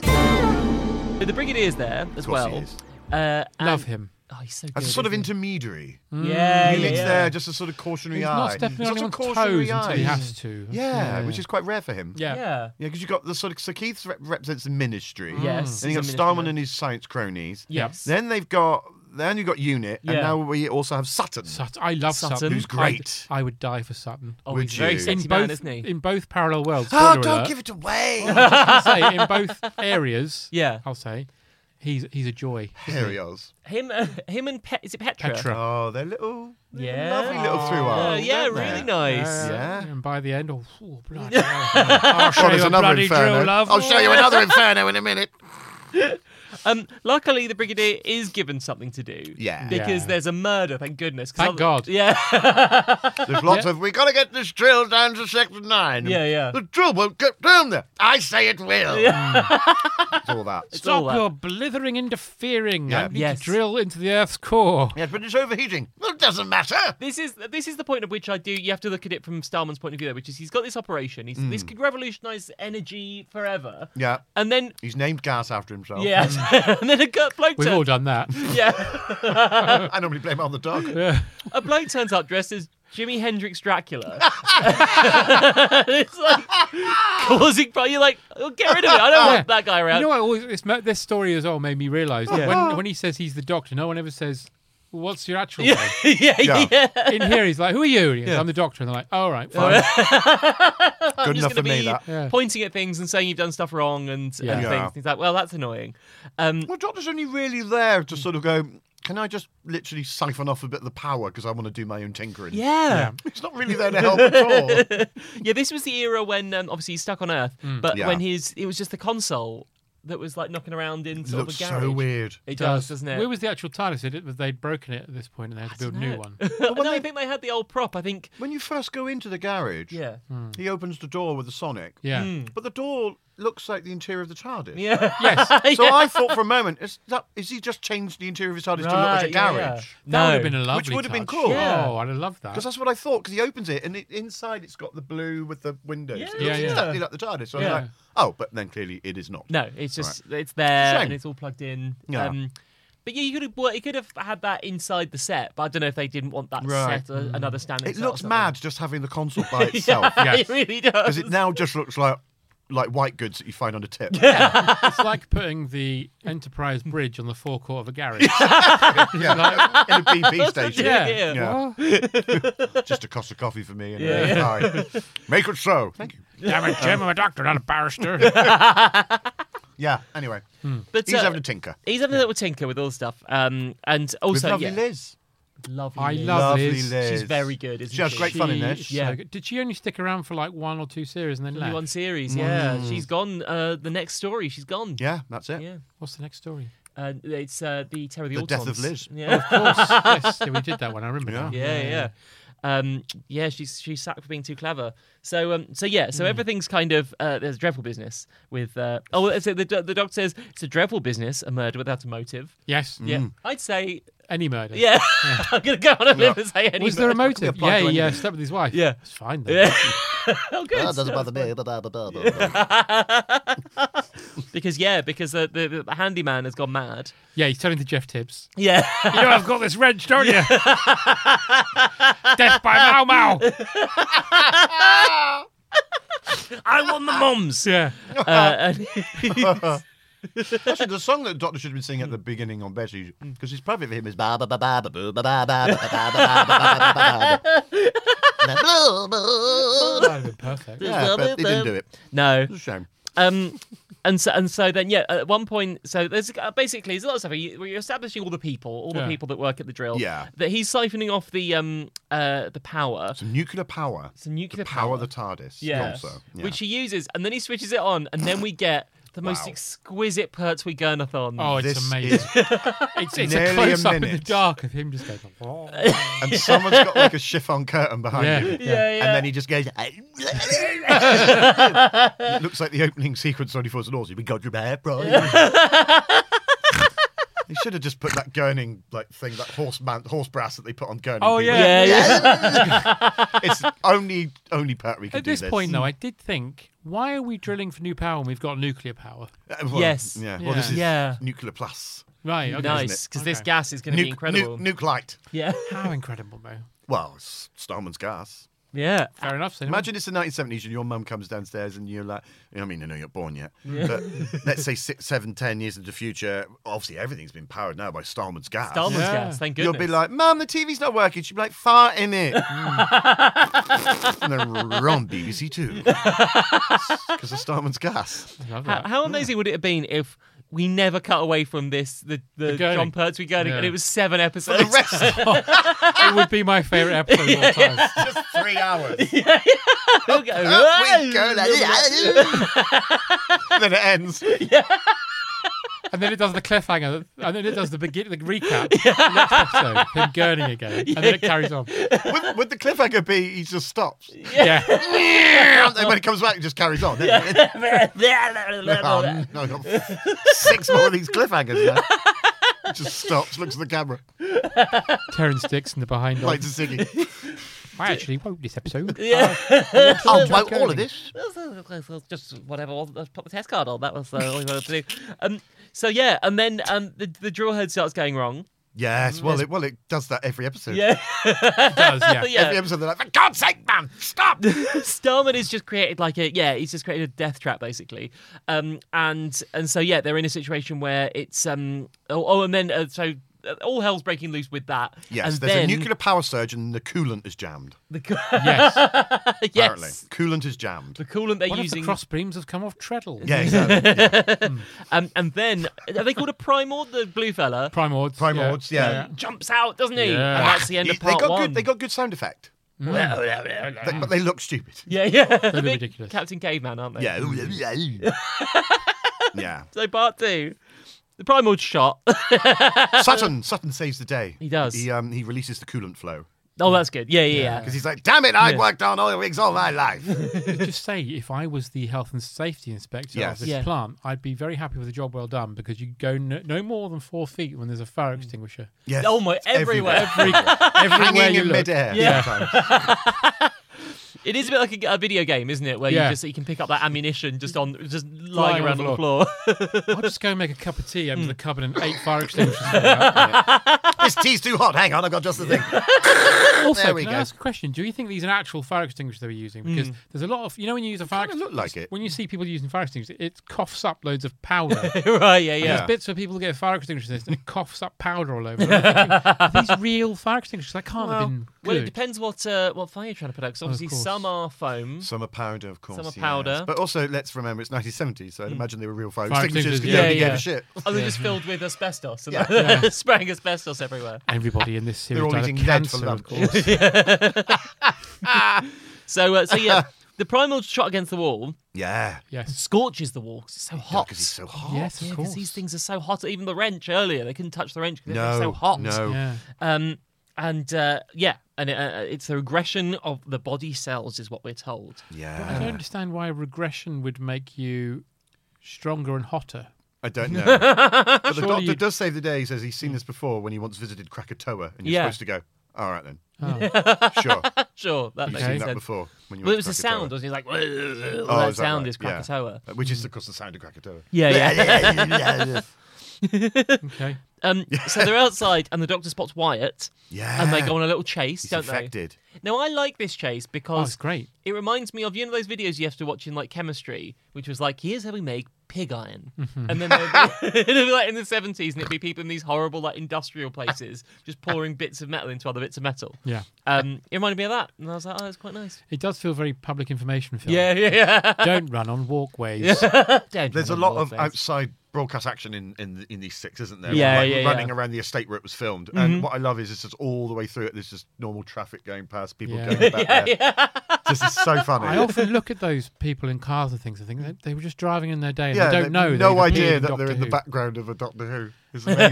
But the Brigadier's there as course he well. is. Uh, and- Love him. Mm. Oh, he's so good. As a sort of isn't intermediary. he? Yeah, He yeah, lives yeah. there, just a sort of cautionary Uh, He's eye. not stepping He's on got some anyone's toes cautionary until he eyes. has to. That's- Yeah, which is quite rare for him. yeah. Yeah. Yeah, because you've got the sort of Sir Keith rep- represents the ministry. Yes, he's Then a you've got ministry Starman man. Mm. and his science cronies. Mm. Yes. Then they've got then you've got Unit, Yeah. and now we also have Sutton. Sut- I love Sutton. Sutton. Who's great. I'd- I would die for Sutton. Oh, Would he's a very you? sexy in man, both, isn't he? in both parallel worlds. Oh, spoiler don't alert, give it away! I'll say in both areas. Yeah. I'll say he's he's a joy. Here he is. him, uh, him and Pet. Is it Petra? Petra. Oh, they're little, they're Yeah. lovely little through Uh, arms. yeah, aren't they? really nice. Oh, Yeah. And by the end, oh, oh bloody hell. I'll show Oh, there's you a another bloody inferno. drill, love. I'll show you another inferno in a minute. Um, luckily, the brigadier is given something to do. Yeah. Because Yeah. there's a murder. Thank goodness. 'cause Thank other- God. Yeah. There's lots of, we got to get this drill down to sector nine. Yeah, yeah. The drill won't get down there. I say it will. it's all that. It's all Stop that. your blithering interfering. Yeah. I need Yes. to drill into the Earth's core. Yes, but it's overheating. Well, it doesn't matter. This is this is the point at which I do. You have to look at it from Starman's point of view, though, which is he's got this operation. He's, This could revolutionise energy forever. Yeah. And then, He's named gas after himself. yeah, and then a gut bloke We've all turns. done that. Yeah, I normally blame it on the dog. a bloke turns up dressed as Jimi Hendrix Dracula. it's like causing. But you're like, oh, get rid of it. I don't Yeah. want that guy around. Oh. You know what? Always, it's, ma- this story as well made me realise that when, when he says he's the doctor, no one ever says, well, "What's your actual name?" yeah, yeah. Yeah. In here, he's like, "Who are you?" And he goes, I'm the doctor, and they're like, "All right, fine." Good just enough gonna for me, be that. Yeah. pointing at things and saying you've done stuff wrong and, and Yeah. things. He's like, well, that's annoying. Um, Well, doctor's only really there to sort of go, can I just literally siphon off a bit of the power because I want to do my own tinkering? yeah. It's not really there to help at all. Yeah, this was the era when um, obviously he's stuck on Earth, but Yeah. when his it was just the console that was like knocking around in sort looks of a garage. so weird. It does, doesn't it? Where was the actual TARDIS? They did- They'd broken it at this point, and they had to build a new one. no, I think they had the old prop. I think. When you first go into the garage, Yeah. he opens the door with the sonic. Yeah. Hmm. But the door looks like the interior of the TARDIS. Yeah. Yes, So I thought for a moment, is that is he just changed the interior of his TARDIS to look like Right, a yeah, yeah. garage? that No. would have been a lovely. would have been touch. cool. Yeah. Oh, I'd have loved that. Because that's what I thought. Because he opens it, and it, inside it's got the blue with the windows. It looks Yeah, yeah. exactly like the TARDIS. So Yeah. I'm like, oh, but then clearly it is not. No, it's just it's there Shame. and it's all plugged in. Yeah. Um, but yeah, you could have well, you could have had that inside the set, but I don't know if they didn't want that Right. set uh, another standing. It set or looks something. mad just having the console by itself. Yeah. it really does. Because it now just looks like like white goods that you find on a tip. it's like putting the Enterprise bridge on the forecourt of a garage. Yeah, in a BP station. Yeah. Yeah. Yeah. just a cost of coffee for me. And Yeah. yeah. Make it so. Thank you. Damn it, Jim! I'm a doctor, not a barrister. Yeah. Anyway, But, he's uh, having a tinker. He's having a little tinker with all the stuff, um, and also With lovely yeah, Liz. lovely. I Liz. love Lovely Liz. Liz. She's very good, isn't she? She has great fun in She- this. so Yeah. good. Did she only stick around for like one or two series and then Only left? one series, yeah. She's gone. Uh, the next story, she's gone. Mm. Yeah, that's it. yeah. What's the next story? Uh, it's uh, the Terror of the, The Death of Autons. Liz. Oh. Yeah, Of course, yes, yeah, we did that one. I remember. now. yeah, yeah. Um, yeah, she's she's sacked for being too clever. So um, so yeah, Mm. so everything's kind of uh, there's dreadful business with. Uh, oh, so the do- the doctor says it's a dreadful business, a murder without a motive. Yes. Mm. Yeah, I'd say Any murder. yeah. I'm gonna go on a limb and say any. Was there a murder. motive? apply Yeah, to yeah. anything. Slept with his wife. Yeah. It's fine then. Oh, good. doesn't bother me. Because yeah, because the, the the handyman has gone mad. Yeah, he's turning to Jeff Tibbs. Yeah. You know, I've got this wrench, don't you? Death by Mau Mau. I want the mums. Yeah. Uh, and- Actually, the song that Doctor should have been singing at the beginning on Betty, Mm. because it's perfect for him, is Baba Baba. That would have been perfect. Yeah, but they didn't do it. no. It's a shame. Um, and so and so then yeah, at one point, so there's uh, basically there's a lot of stuff. You, you're establishing all the people, all the Yeah. people that work at the drill. Yeah. that he's siphoning off the um uh the power. Some nuclear power. Some nuclear the power, power. of the TARDIS. Yeah. Also. Yeah. which he uses, and then he switches it on, and then we get the most Wow. exquisite Pertwee Gurnathon. Oh, it's This is- amazing. It's, it's a nearly a close up in the minute. dark of him just going. "Oh." and someone's got like a chiffon curtain behind Yeah. him. Yeah, yeah. And then he just goes. It looks like the opening sequence only falls an awesome. We got your hair, bro. He should have just put that gurning like thing, that horse man, horse brass that they put on gurning. Oh, people. yeah. yeah, yeah. it's only only part we can At do Uh, this point, though, I did think, why are we drilling for new power when we've got nuclear power? Uh, well, Yes. yeah. Well, this Yeah. Yeah. is nuclear plus, Right. Okay. nice because this Okay. gas is going to be nuke, incredible. nuke, nuke light. Yeah, How incredible, though. Well, it's Starman's gas. yeah. Fair enough. So Imagine it's the 1970s and your mum comes downstairs and you're like, I mean, I know you're born yet, but let's say six, seven, ten years into the future, obviously everything's been powered now by Starman's gas. Starman's Yeah. gas. Thank You'll goodness. be like, Mum, the TV's not working. She'd be like, fart in it. and then we're on BBC Two because of Starman's gas. I love How, that. how amazing would it have been if we never cut away from this, the, the, The Gurning. John Pertwee Gurning, Yeah. and it was seven episodes? it would be my favourite episode of all time. Just three hours. We'll go, Up we go, like, then it ends. and then it does the cliffhanger, and then it does the begin, the recap, the next episode, him gurning again, and then it carries on. would, would the cliffhanger be he just stops? Yeah, and then when it comes back, it just carries on. doesn't it? Um, no, I've got six more of these cliffhangers now. Just stops, looks at the camera, Terence Dixon, the behind. like Like, to singing. I actually wrote this episode. Yeah. Oh, well, all of this. just whatever. I'll I'll put the test card on. That was uh, all I wanted to do. Um, so yeah, and then um, the the drill head starts going wrong. Yes, well, it well it does that every episode. Yeah, It does, yeah. Every episode, they're like, for God's sake, man, stop! Starman has just created like a yeah, he's just created a death trap basically, um, and and so yeah, they're in a situation where it's um oh, oh and then uh, so uh, all hell's breaking loose with that. Yes, and there's then a nuclear power surge and the coolant is jammed. The, co- Yes. Apparently, yes, coolant is jammed. the coolant they're One of the using. cross beams has come off treadle. Yeah, exactly. yeah. um, and then are they called a primord? The blue fella Primords. Primords, yeah. jumps out, doesn't he? Yeah. And that's the end You- of part they got one. Mm. Good, they got good sound effect, They- but they look stupid. Yeah, yeah. They're Big ridiculous. Captain Caveman, aren't they? Yeah. yeah. So part two, the primal shot. Sutton, Sutton saves the day. He does. He um he releases the coolant flow oh, that's good. Yeah, yeah, yeah. because he's like, "Damn it, I worked on oil rigs all my life." Just say, if I was the health and safety inspector Yes. of this Yeah. plant, I'd be very happy with a job well done because you go no, no more than four feet when there's a fire extinguisher. yes. Oh my, everywhere. Everywhere Mm. Hanging you in look. midair. Yeah. sometimes. It is a bit like a, a video game, isn't it? Where you Yeah. just you can pick up that ammunition just on just lying, Lying around on the floor. I'll just go and make a cup of tea out Mm. of the cupboard and eight fire extinguishers. fall out. this tea's too hot. Hang on, I've got just the thing. Also, There we can go. Mm. I ask a question? Do you think these are actual fire extinguishers they were using? Because there's a lot of, you know, when you use a fire kinda look extinguisher, like it. when you see people using fire extinguishers, it coughs up loads of powder. right? Yeah, yeah. There's bits where people get fire extinguishers and it coughs up powder all over. them. I'm thinking, Are these real fire extinguishers? That can't have been good. Oh, Well, it depends what uh, what fire you're trying to put out. Because obviously course. some are foam. Summer powder, of course. Summer yes. powder. Hmm. But also, let's remember it's 1970, so I'd imagine they were real fire Fire extinguishers extinguishers, because nobody yeah, gave a shit. Oh, they're just filled with asbestos and Yeah. spraying asbestos everywhere. Everybody in this series all died of eating lead for cancer, lunch. of course. So, uh, so yeah, the primal shot against the wall Yeah. yes. scorches the wall 'cause it's so hot. Because he's so hot. Yes, Yeah, of 'cause course. these things are so hot. Even the wrench earlier, they couldn't touch the wrench because No. they're so hot. No. Yeah. Um, and uh, yeah, and it, uh, it's the regression of the body cells, is what we're told. I don't Yeah. understand why regression would make you stronger and hotter. I don't know. but the Surely doctor you- does save the day. He says he's seen this before when he once visited Krakatoa, and you're Hmm. Yeah. supposed to go, all right then. Oh. Sure. Sure, that You've makes seen sense. that before. When you Well, it went was to a sound, Krakatoa. wasn't it? Like, "Well, Oh, that is sound right? is Yeah. Krakatoa. Uh, Which is, of course, the sound of Krakatoa. Yeah, yeah. Okay. um, so they're outside, and the doctor spots Wyatt, Yeah. and they go on a little chase, He's don't infected. they? Now, I like this chase Oh, because it's great. it reminds me of you know those videos you have to watch in like chemistry, which was like, here's how we make pig iron, and then there'd be, it'd be like in the seventies, and it'd be people in these horrible like industrial places just pouring bits of metal into other bits of metal. Yeah. Um, it reminded me of that, and I was like, oh, that's quite nice. It does feel very public information film. Yeah, yeah, Don't run on walkways. yeah. There's a lot of outside broadcast action in, in the- in these six, isn't there? Yeah, like yeah, Mm-hmm. yeah. Running around the estate where it was filmed, and what I love is it's just all the way through it. There's just normal traffic going past, people Yeah. going back there. This is so funny. I often look at those people in cars and things and think they, they were just driving in their day. And yeah, they don't they've know. No they've appeared idea in that they're Doctor in the Who. background of a Doctor Who. It's amazing.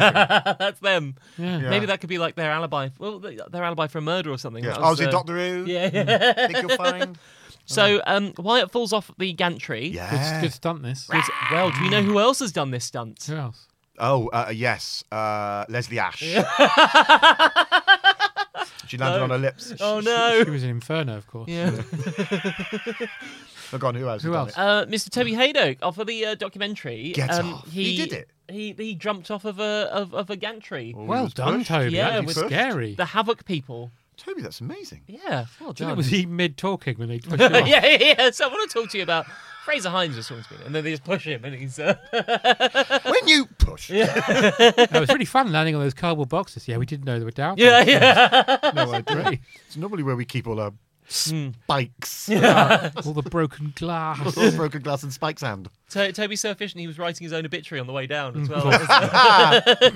That's them. Yeah. Maybe that could be like their alibi. Well, th- their alibi for a murder or something. yeah. That I was in uh, Oh, Doctor Who. Hmm. Yeah, yeah. Think you'll find. So um, Wyatt falls off the gantry. Good, Yeah. good stunt. This. Because- Well, do we know who else has done this stunt? Who else? Oh, uh, yes. Uh, Leslie Ash. she landed on her lips. Oh no. She was in Inferno, of course. Yeah. Oh, God, who else? Who has done else? it? Uh, Mr. Toby Haydock, off of the uh, documentary. um, Get off. He did it. He he jumped off of a of, of a gantry. Oh, he Well was done, pushed. Toby. Yeah, that it was was- scary. The Havoc people. Toby, that's amazing. Yeah. Well Do done. you think was he mid talking when they pushed him off? yeah, yeah, yeah. So I want to talk to you about Fraser Hines was talking to me, and then they just push him, and he's. Uh... when you push. No, it was really fun landing on those cardboard boxes. Yeah, we didn't know they were down. yeah, yeah. No idea. Great. It's normally where we keep all our spikes. Hmm. All the broken glass. All broken glass and spikes hand. To- Toby so efficient, he was writing his own obituary on the way down as well. It was, uh, on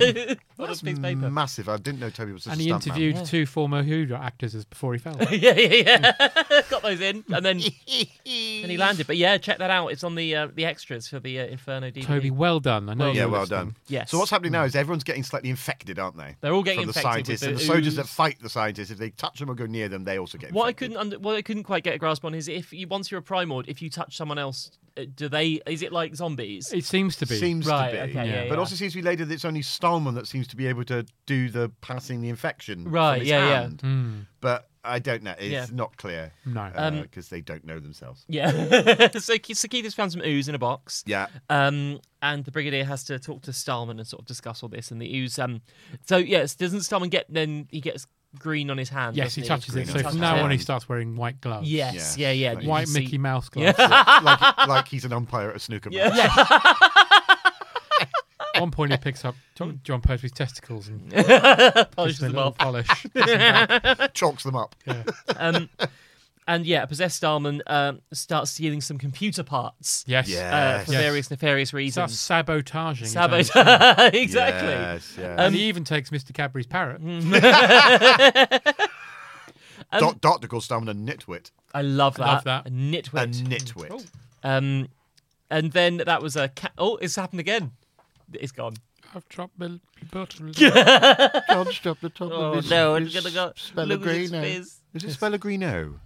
a piece of paper. Massive. I didn't know Toby was such And a he stuntman. interviewed two former Who actors as before he fell. yeah, yeah, yeah. Got those in, and then and he landed. But yeah, check that out. It's on the uh, the extras for the uh, Inferno DVD. Toby, well done. I know Yeah, you're well listening. done. Yes. Hmm. So what's happening now is everyone's getting slightly infected, aren't they? They're all getting From infected the with scientists the and the soldiers ooze. that fight the scientists. If they touch them or go near them, they also get. What I infected. couldn't under, what I couldn't quite get a grasp on is if you once you're a primord, if you touch someone else, uh, do they? Is it like zombies? It seems to be. seems Right, to be, okay, yeah, Yeah. but yeah. also seems to be later that it's only Stallman that seems to be able to do the passing the infection. from Right, his yeah, yeah. hand. But I don't know. It's Yeah. Um, not clear. No. because they don't know themselves. Yeah. so K- so Keith has found some ooze in a box. Yeah. Um, and the brigadier has to talk to Starman and sort of discuss all this. And the ooze. Um, so yes, doesn't Starman get? Then he gets green on his hand. Yes, he doesn't touches it. So Touches from now it. on, he starts wearing white gloves. Yes, yeah, Yeah. yeah. Like you White can see- Mickey Mouse gloves. like, like he's an umpire at a snooker match. At one point, he picks up John, John Pertwee's testicles and Polishes polishes them them little off. polish. Chalks them up. Um, and yeah, a possessed Starman um, starts stealing some computer parts yes. uh, for Yes. various nefarious Starts reasons. sabotaging. his own Sabotage. stuff. exactly. Um, Yes, yes. And he even takes Mr. Cadbury's parrot. Hmm. um, Doc- Doctor calls Stallman a nitwit. I love that. Love that. A A nitwit. nitwit. um, and then that was a cat. Oh, it's happened again. It's gone. I've dropped my bottle. Can't stop the top Oh, his- no, it's his gonna go- s- look at its Pellegrino. fizz. Is it Spellegrino?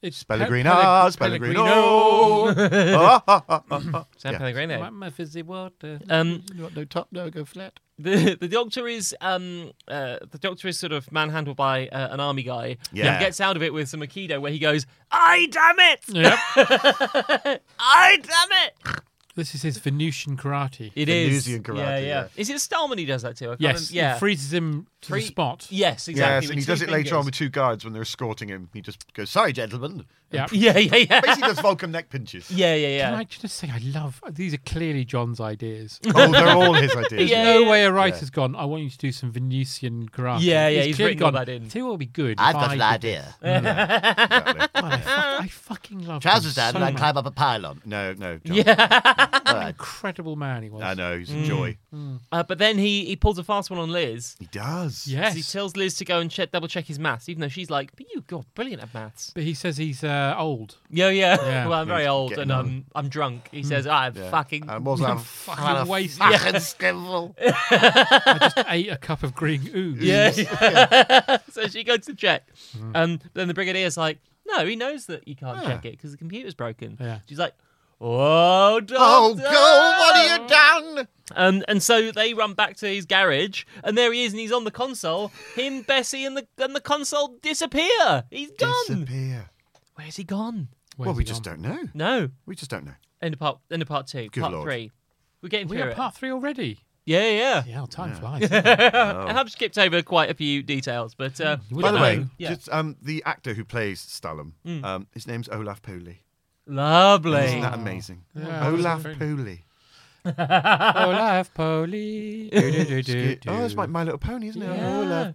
It's Pe- Pellegrino's Pelleg- Pellegrino. Oh. Sam Yeah. Pellegrino. Like my fizzy water. Um, Not no top, no go flat. the the doctor is um uh, the doctor is sort of manhandled by uh, an army guy. Yeah. And gets out of it with some Aikido where he goes, "I damn it! Yep. I damn it!" This is his Venusian karate. It is. Venusian karate, Yeah, yeah. yeah. Is it Stallman who does that too? I can't Yes. remember- Yeah. It freezes him to Free- the spot. Yes, exactly. Yes, with and he two does it later on with fingers. two guards when they're escorting him. He just goes, "Sorry, gentlemen." Yeah. Yeah, yeah, yeah. Basically, does Vulcan neck pinches. Yeah, yeah, Can yeah. I just say, I love these. Are clearly John's ideas. Oh, they're all his ideas. Yeah. no way a writer's gone. I want you to do some Venusian karate. Yeah, yeah, he's clearly written all that in. Tell you what would be good. I've if I got an did idea. Mm. Exactly. this." God, I, Ah. fuck, I fucking love Trousers him down so and I much. climb up a pylon. No, no. John. Yeah. Mm. All right. Incredible man he was. I know he's a joy. Uh, but then he, he pulls a fast one on Liz. He does. So he Yes, tells Liz to go and check, double check his maths, even though she's like, but you, God, brilliant at maths. but he says he's uh, old. Yeah, yeah. Yeah. Hmm. well, I'm very He's old getting and on. Um, I'm, I'm drunk. He says, I'm fucking. And Uh, was that Fucking fucking waste. fucking scoundrel? I just ate a cup of green ooze. yeah. so she goes to check. Hmm. Um, then the brigadier's like, no, he knows that you can't check it because the computer's broken. Yeah. She's like, oh, doctor. Ah. Oh, go! What have you done? Um, and so they run back to his garage, and there he is, and he's on the console. Him, Bessie, and the and the console disappear. He's gone. Disappear. Where's he gone? Where's Well, we he just gone? don't know. No. We just don't know. End of part. End of part two. Good part lord. three. We're getting We through are it. part three already. Yeah, yeah. Yeah, well, time flies. doesn't it? I have skipped over quite a few details, but uh, wouldn't By the know. way, yeah. Mm. just, um, the actor who plays Stalin, um, his name's Olaf Poli. Isn't lovely. that amazing? Yeah, Olaf that's Poli. Olaf Poli. Ski- do-do-do-do-do. Oh, that's like My Little Pony, isn't it? Yeah. Olaf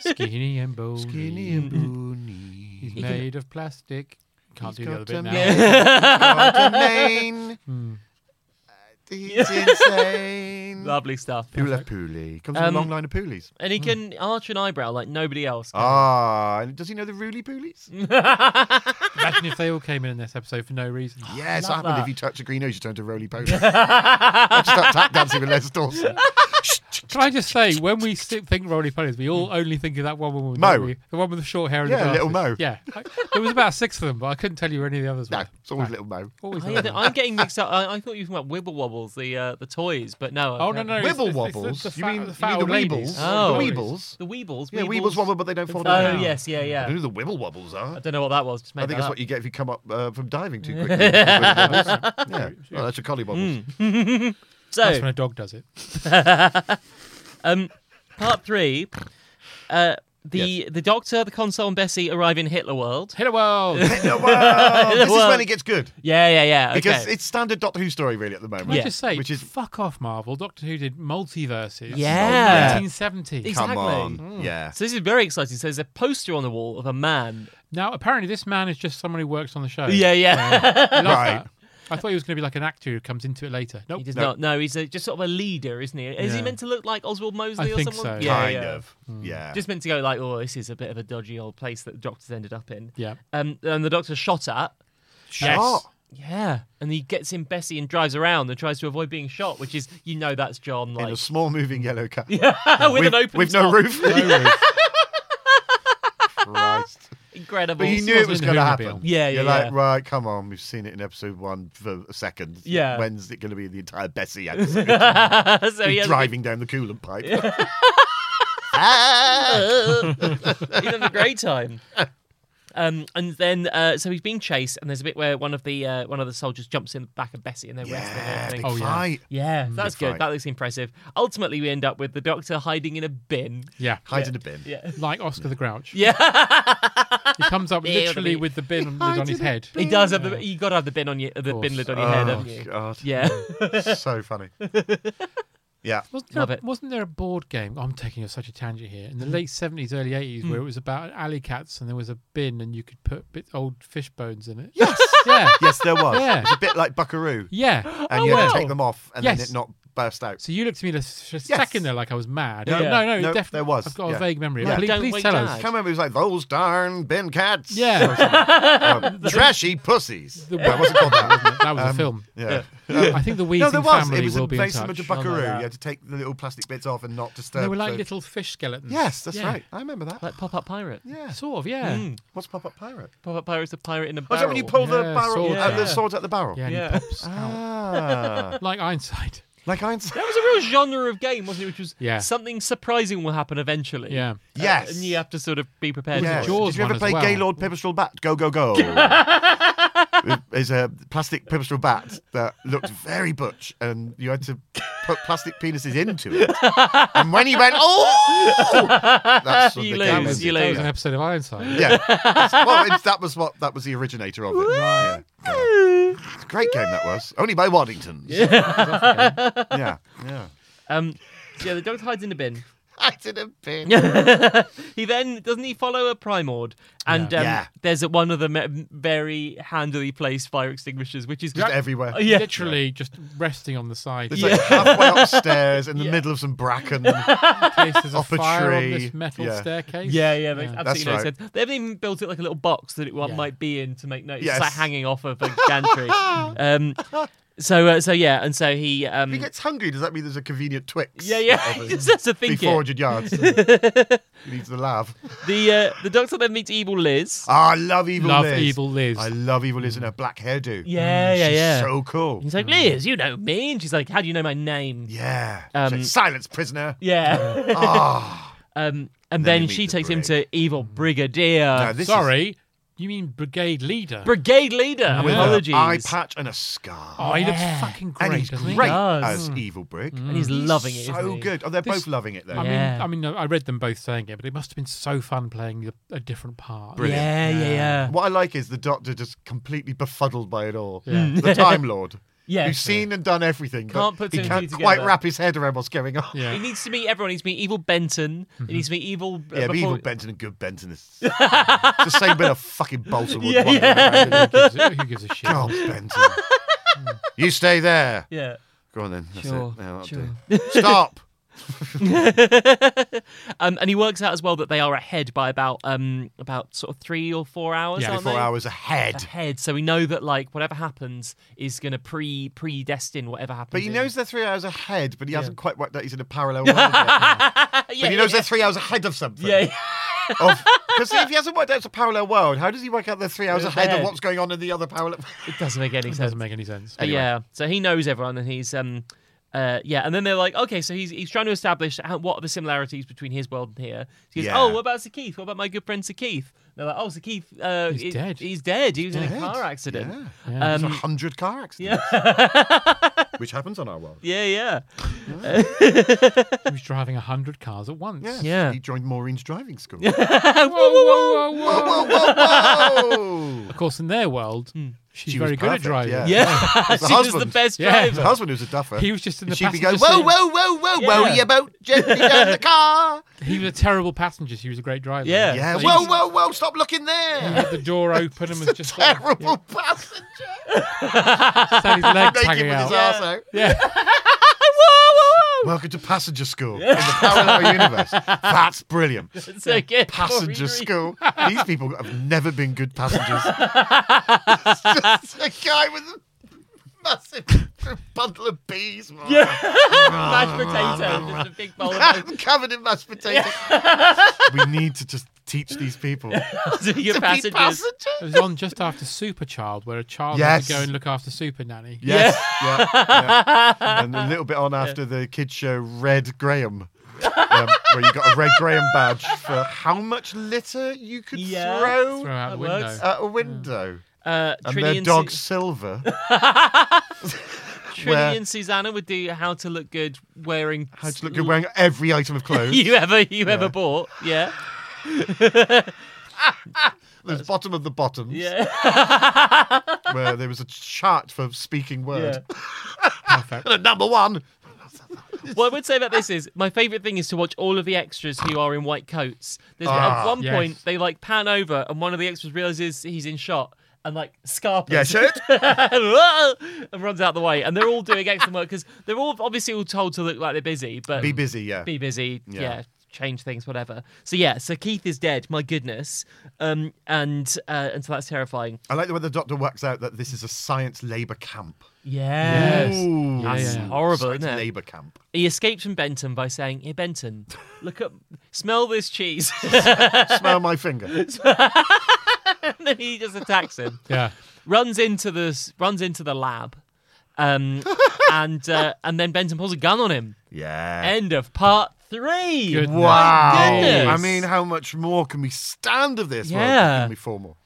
Skinny and bony. Skinny and bony. He's made of plastic. Can't do the other got bit a now. mane. got a mane. Hmm. Uh, He's insane. Lovely stuff. Olaf Puli. Comes from Um, a long line of Pulis. And he can arch an eyebrow like nobody else. Can. Ah, and does he know the Rooley Poolies? Imagine if they all came in in this episode for no reason. Yes, I Love happened that. if you touch a green nose, you turn to Roly Poly. I just start tap dancing with Les Dawson. Can I just say, when we sit, think roly polies, we all only think of that one woman. Mo. don't we? The one with the short hair and Yeah, the little glasses. Mo. Yeah. I- There was about six of them, but I couldn't tell you where any of the others No, were. it's always little Mo. Always I, little Mo. I'm getting mixed up. I, I thought you were talking about Wibble Wobbles, the uh, the toys, but no. Oh, no, no. it's- Wibble it's- it's the- wobbles. the You fat- mean the, fat you old mean the ladies. weebles? Oh. The weebles. The Weebles. Yeah, weebles wobble, but they don't fall Oh down. yes, yeah, yeah. I don't know who the wibble wobbles are. I don't know what that was. Just made I that think that's up. what you get if you come up uh, from diving too quickly. yeah, Oh, that's a Hmm. collie wobbles. That's when So, a dog does it. part three. Uh, the the Doctor, the console, and Bessie arrive in Hitler World. Hit a world. No, well, this is when Well- it gets good Yeah, yeah, yeah. because okay. it's standard Doctor Who story really at the moment. Can I just say, which is fuck off, Marvel. Doctor Who did multiverses. Yeah. 1970. Exactly. come on, Hmm. yeah. So this is very exciting. So there's a poster on the wall of a man. Oh, Now, apparently, this man is just someone who works on the show. Yeah, yeah. I love Right. that. I thought he was going to be like an actor who comes into it later. Nope. He does not. No, he's a, just sort of a leader, isn't he? Is he Yeah. meant to look like Oswald Mosley I or think someone? so. kind of. Yeah. Hmm. Just meant to go like, oh, this is a bit of a dodgy old place that the doctors ended up in. Yeah. Um, and the doctor shot at. Yes. Yeah. And he gets in Bessie and drives around and tries to avoid being shot, which is, you know, that's John. in a Like, small moving yellow car. with an open With no top. roof. Christ. Incredible. But you knew it was in the going to Whoville. happen. Yeah, You're yeah, like, yeah. right, come on. We've seen it in episode one for a second. Yeah. When's it going to be the entire Bessie episode? so he has a driving down the coolant pipe. Ah, he's having a great time. Um, and then uh, so he's being chased, and there's a bit where one of the uh, one of the soldiers jumps in the back of Bessie, and they're wrestling. and everything. Oh, yeah. Fight. Yeah, that's Mm. Good good. fight. That looks impressive. Ultimately, we end up with the Doctor hiding in a bin. Yeah. Hide in a bin. Yeah. Like Oscar the Grouch. Yeah, He comes up literally with the bin lid on his head. he does have the. You got to have the bin on your the course. bin lid on your head, haven't you? Oh, God. Yeah, so funny. Yeah. Wasn't Love there, it. wasn't there a board game? I'm taking such a tangent here. In the late 70s, early 80s, where it was about alley cats and there was a bin and you could put bit old fish bones in it. Yes. yeah. Yes, there was. Yeah. It's a bit like Buckaroo. Yeah. Oh, And you had to wow. take them off and then Yes. it not burst out. So you looked at me the s- second there like I was mad. No, no, no, Nope, definitely. there was, I've got yeah. a vague memory. Yeah. Please, Don't please wake tell dad. us. Come on, it was like those darn bin cats. Yeah. Um, trashy pussies. That wasn't called that, was it? Um, that was a film. Yeah. Um, I think the Weezing No, there was. family It was will a be very in touch. Oh, similar to Buckaroo. You had to take the little plastic bits off and not disturb. They were like so- little fish skeletons. Yes, that's Yeah. right. I remember that. like pop up pirate. yeah. Sort of, yeah. What's pop up pirate? Pop up pirate's a pirate in a Oh, is barrel. that when you pull the Yeah, barrel sword and the out. swords out the barrel? Yeah, and Yeah. he pops Uh-huh. out. Ah, Like Ironside. like Einstein. That was a real genre of game, wasn't it? Which was Yeah. something surprising will happen eventually. Uh, Yeah. uh, Yes. and you have to sort of be prepared. Yes. for it. Jaws Did you one ever as play well. Gaylord Pipistrel Bat? Go, go, go. Is a plastic pipistrel bat that looked very butch, and you had to put plastic penises into it. And when he went, oh, that's what You the lose, game That was, ended. you that was an lose. episode of Ironside. Yeah, That's- well, it's, that was what that was the originator of it. Yeah. Yeah. It's a great game that was, only by Waddingtons. Yeah, yeah, yeah. Um, so yeah, the dog hides in a bin. I did a bit. He then doesn't he follow a primord, and um, Yeah. there's a, one of the me- very handily placed fire extinguishers, which is Just everywhere. Yeah. Literally just resting on the side. It's like halfway upstairs in the middle of some bracken. In case there's a Up a fire on tree. this metal Yeah. staircase. Yeah, yeah, makes Yeah. absolutely That's no right. sense. They haven't even built it like a little box that it one Yeah. might be in to make notes. Yes. It's like hanging off of a gantry. um, so, uh, so yeah, and so he, um, If he gets hungry, does that mean there's a convenient Twix? yeah, yeah, that's the thing. Be 400 yards. he needs the lav. The uh, the doctor then meets evil Liz. Ah, I love Evil Love Liz. Evil Liz. I love Evil Liz in her black hairdo. Yeah, yeah, mm, She's yeah. so cool. He's like, Liz, you know me, and she's like, How do you know my name? Yeah. Um, Uh, She's like, Silence, prisoner. Yeah. Ah. um, and Then then, you meet she the takes him brig. to evil brigadier, Now, this is Sorry, you mean brigade leader? brigade leader. with Apologies. an eye patch and a scar. oh, he looks fucking great. and he's doesn't he? great does. Mm. as Evil Brick. and he's loving it. Mm. so isn't he? good. Oh, they're both loving it, though. I mean, Yeah. I mean, I read them both saying it, but it must have been so fun playing the, a different part. Brilliant. Yeah, yeah, yeah. What I like is the Doctor just completely befuddled by it all. The Time Lord. Yeah. Who's seen and done everything, but Can't put two he and can't two quite together. wrap his head around what's going on. Yeah. He needs to meet everyone. He needs to meet evil Benton. Mm-hmm. He needs to meet evil. uh, Yeah, but before- evil Benton and good Benton is it's the same bit of fucking balsa wood. Yeah, wandering yeah. around, isn't it? Who gives a- who gives a shit? God, Benton. you stay there. Yeah. Go on then. That's Sure, it. Yeah, that'll do. Stop. Um, and he works out as well that they are ahead by about um about sort of three or four hours. Yeah, aren't Four they? hours ahead. ahead. So we know that like whatever happens is going to pre predestine whatever happens. But he in- knows they're three hours ahead, but he hasn't quite worked out he's in a parallel world yet. yeah, But he yeah, knows they're three hours ahead of something. yeah, yeah. Because if he hasn't worked out it's a parallel world, how does he work out they're three hours It's ahead of ahead. what's going on in the other parallel? It doesn't make any It sense. doesn't make any sense. But Uh, yeah, so he knows everyone, and he's um, uh, yeah, and then they're like, okay, so he's he's trying to establish how, what are the similarities between his world and here. So he goes, Yeah. oh, what about Sir Keith? What about my good friend Sir Keith? And they're like, oh, Sir Keith, uh, He's is- dead. He's dead. He was in a Dead. car accident. Yeah. Yeah. There's a Um, hundred car accidents. which happens on our world. yeah, yeah. he was driving a hundred cars at once. Yes, Yeah. He joined Maureen's driving school. Whoa, whoa, whoa, whoa. Whoa! Of course, in their world, She's Hmm. She was very good at perfect, driving. yeah. Yeah, she was the husband. best Yeah. Her driver. husband was a duffer. He was just in the She'd be passenger going, whoa, seat. whoa, whoa, whoa, Yeah. whoa, your boat gently down the car. He was a terrible passenger. She was a great driver. Yeah. Yeah, She whoa, just whoa, whoa, stop looking there. Had the door open and was just sort of- Terrible passenger. just had his leg Naked hanging with his out. arse out. Welcome to passenger school in the parallel universe. That's brilliant. It's okay. Passenger Corey Green. school. These people have never been good passengers. it's just a guy with a massive bundle of bees. Yeah. Mashed potato, just a big bowl of I'm covered in mashed potatoes. we need to just teach these people to to your be passengers. It passengers. was on just after Super Child, where a child had Yes. to go and look after Super Nanny. Yes. Yeah. yeah. And a little bit on after the kids show Red Graham. um, where you got a red Graham badge for how much litter you could Yeah. throw Throw out the That works. window. at a window. Uh, And Trini, their and dog Su- Silver. Trini where- and Susanna would do how to look good wearing. How'd you look good wearing every item of clothes? you ever you ever bought? Yeah, There's bottom of the bottoms. yeah. Where there was a chart for speaking word. Perfect. And at number one. what I would say about this is my favourite thing is to watch all of the extras who are in white coats. There's at one yes. point they like pan over and one of the extras realizes he's in shot and like scarpers. Yeah, shirt. and runs out the way. And they're all doing excellent work because they're all obviously all told to look like they're busy, but Be busy, yeah. be busy, yeah. Yeah. change things, whatever. So yeah, so Keith is dead. My goodness, um, and uh, and so that's terrifying. I like the way the doctor works out that this is a science labour camp. Yeah, Yes. Yeah, that's yeah. horrible, Science isn't it? labour camp. He escaped from Benton by saying, "Hey Benton, look up, smell this cheese." Smell my finger. and then he just attacks him. Yeah. Runs into the s- runs into the lab, um, and uh, and then Benton pulls a gun on him. Yeah. End of part three. Good. Wow. goodness. I mean, how much more can we stand of this? Yeah. Well, give me four more.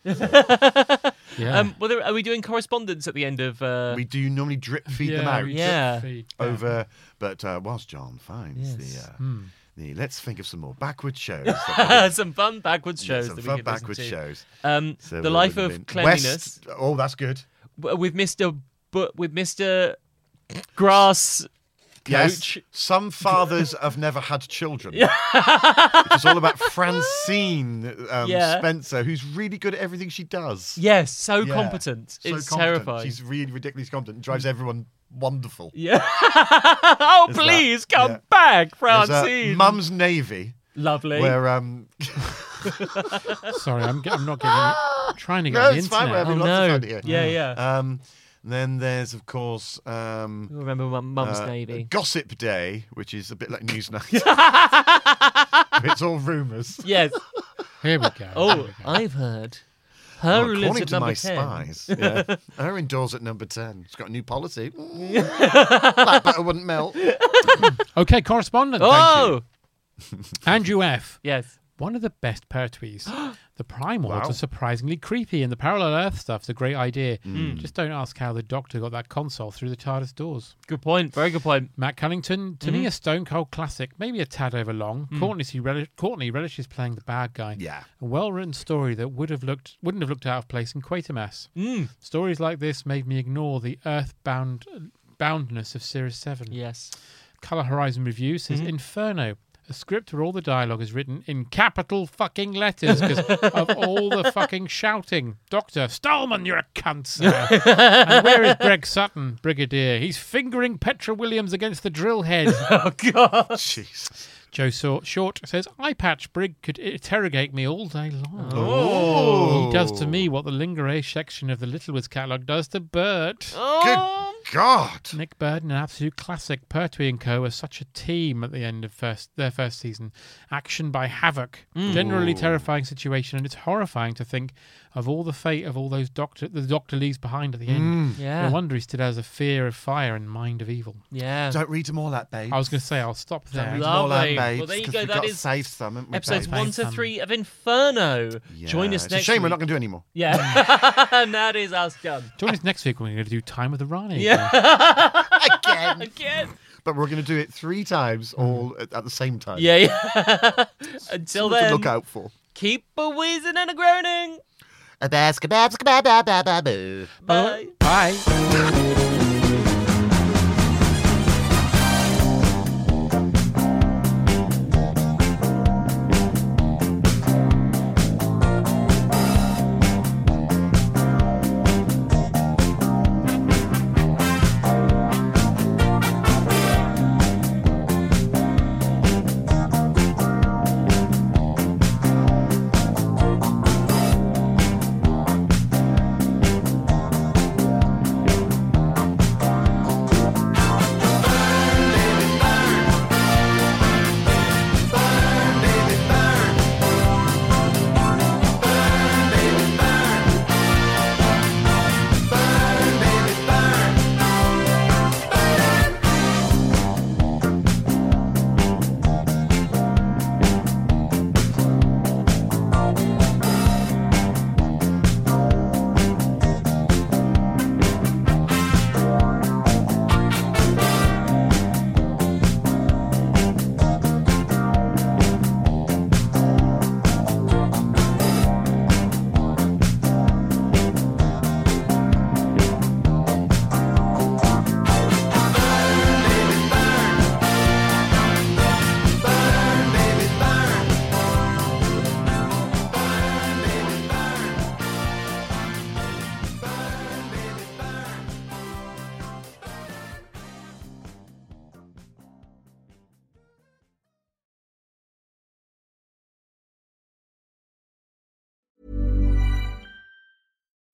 Yeah. Um, well, there- are we doing correspondence at the end of? Uh, We do normally drip feed them yeah, out we took Yeah. feed. over, but uh, whilst John finds Yes. Hmm. the, uh, the, let's think of some more backward shows. that we can- uh, some fun backwards shows. some that we fun could listen backward to. shows. Um, So the we life would've of been- cleanliness West, oh, that's good. w- with Mister, but with Mister Grass. Coach. Yes. Some fathers have never had children. it's all about Francine um, Yeah. Spencer, who's really good at everything she does. Yes, so Yeah. competent. So it's competent. terrifying. She's really ridiculously competent. and Drives everyone wonderful. Yeah. oh, There's that. please come Yeah. back, There's, uh, Francine. Mum's Navy, Lovely. where um, Sorry, I'm, ge- I'm not getting. trying to get no, the it's fine. We're internet. having Oh, lots no. of fun here. Yeah, yeah. Um, then there's of course um, You remember my mum's uh, navy. Gossip Day, which is a bit like Newsnight. it's all rumours. Yes. Here we go. Oh, I've heard. Her Well, who lives according at to number my 10. spies, yeah, her indoors at number ten. She's got a new policy. Mm. that butter wouldn't melt. Okay, correspondent. Oh, Andrew F. yes. One of the best pertwees. the primal Wow. are surprisingly creepy, and the parallel Earth stuff's a great idea. Mm. Just don't ask how the Doctor got that console through the TARDIS doors. Good point. Very good point. Matt Cunnington, to Mm-hmm. me, a stone cold classic, maybe a tad overlong. Courtney, she reli- Courtney relishes playing the bad guy. Mm. Yeah. A well-written story that would have looked wouldn't have looked out of place in Quatermass. Mm. Stories like this made me ignore the earthbound boundness of Series Seven. Yes. Color Horizon Review says Mm-hmm. Inferno, a script where all the dialogue is written in capital fucking letters because of all the fucking shouting. Doctor Stallman, you're a cunt. Sir. and where is Greg Sutton, Brigadier? He's fingering Petra Williams against the drill head. Oh, God. Jesus. Joe Sor- Short says eye patch Brig could interrogate me all day long. Oh, He does to me what the Lingerie section of the Littlewoods catalogue does to Bert. Oh, Good God. Nick Burden, an absolute classic. Pertwee and Co. are such a team at the end of first their first season. Action by havoc, generally terrifying situation, and it's horrifying to think of all the fate of all those doctor the Doctor leaves behind at the end. Yeah. No wonder he still has a fear of fire and mind of evil. Yeah. Don't read them all out, babe. I was going to say I'll stop there. read them love- all out, Lovely. babes, Well, there you 'cause go, we've that got is save some, haven't we, Episodes babes? one to Fun. three of Inferno. Join Um, Yeah, us it's next a shame week. we're not going to do any more. Yeah. and that is us done. Join us next week when we're going to do Time with the Rani. Yeah. Again. Again. but we're going to do it three times all at, at the same time. Yeah, yeah. Until Something then, to look out for. keep a wheezing and a groaning. A bass, kebabs, kebab, ba, ba, ba, boo. Bye. Bye.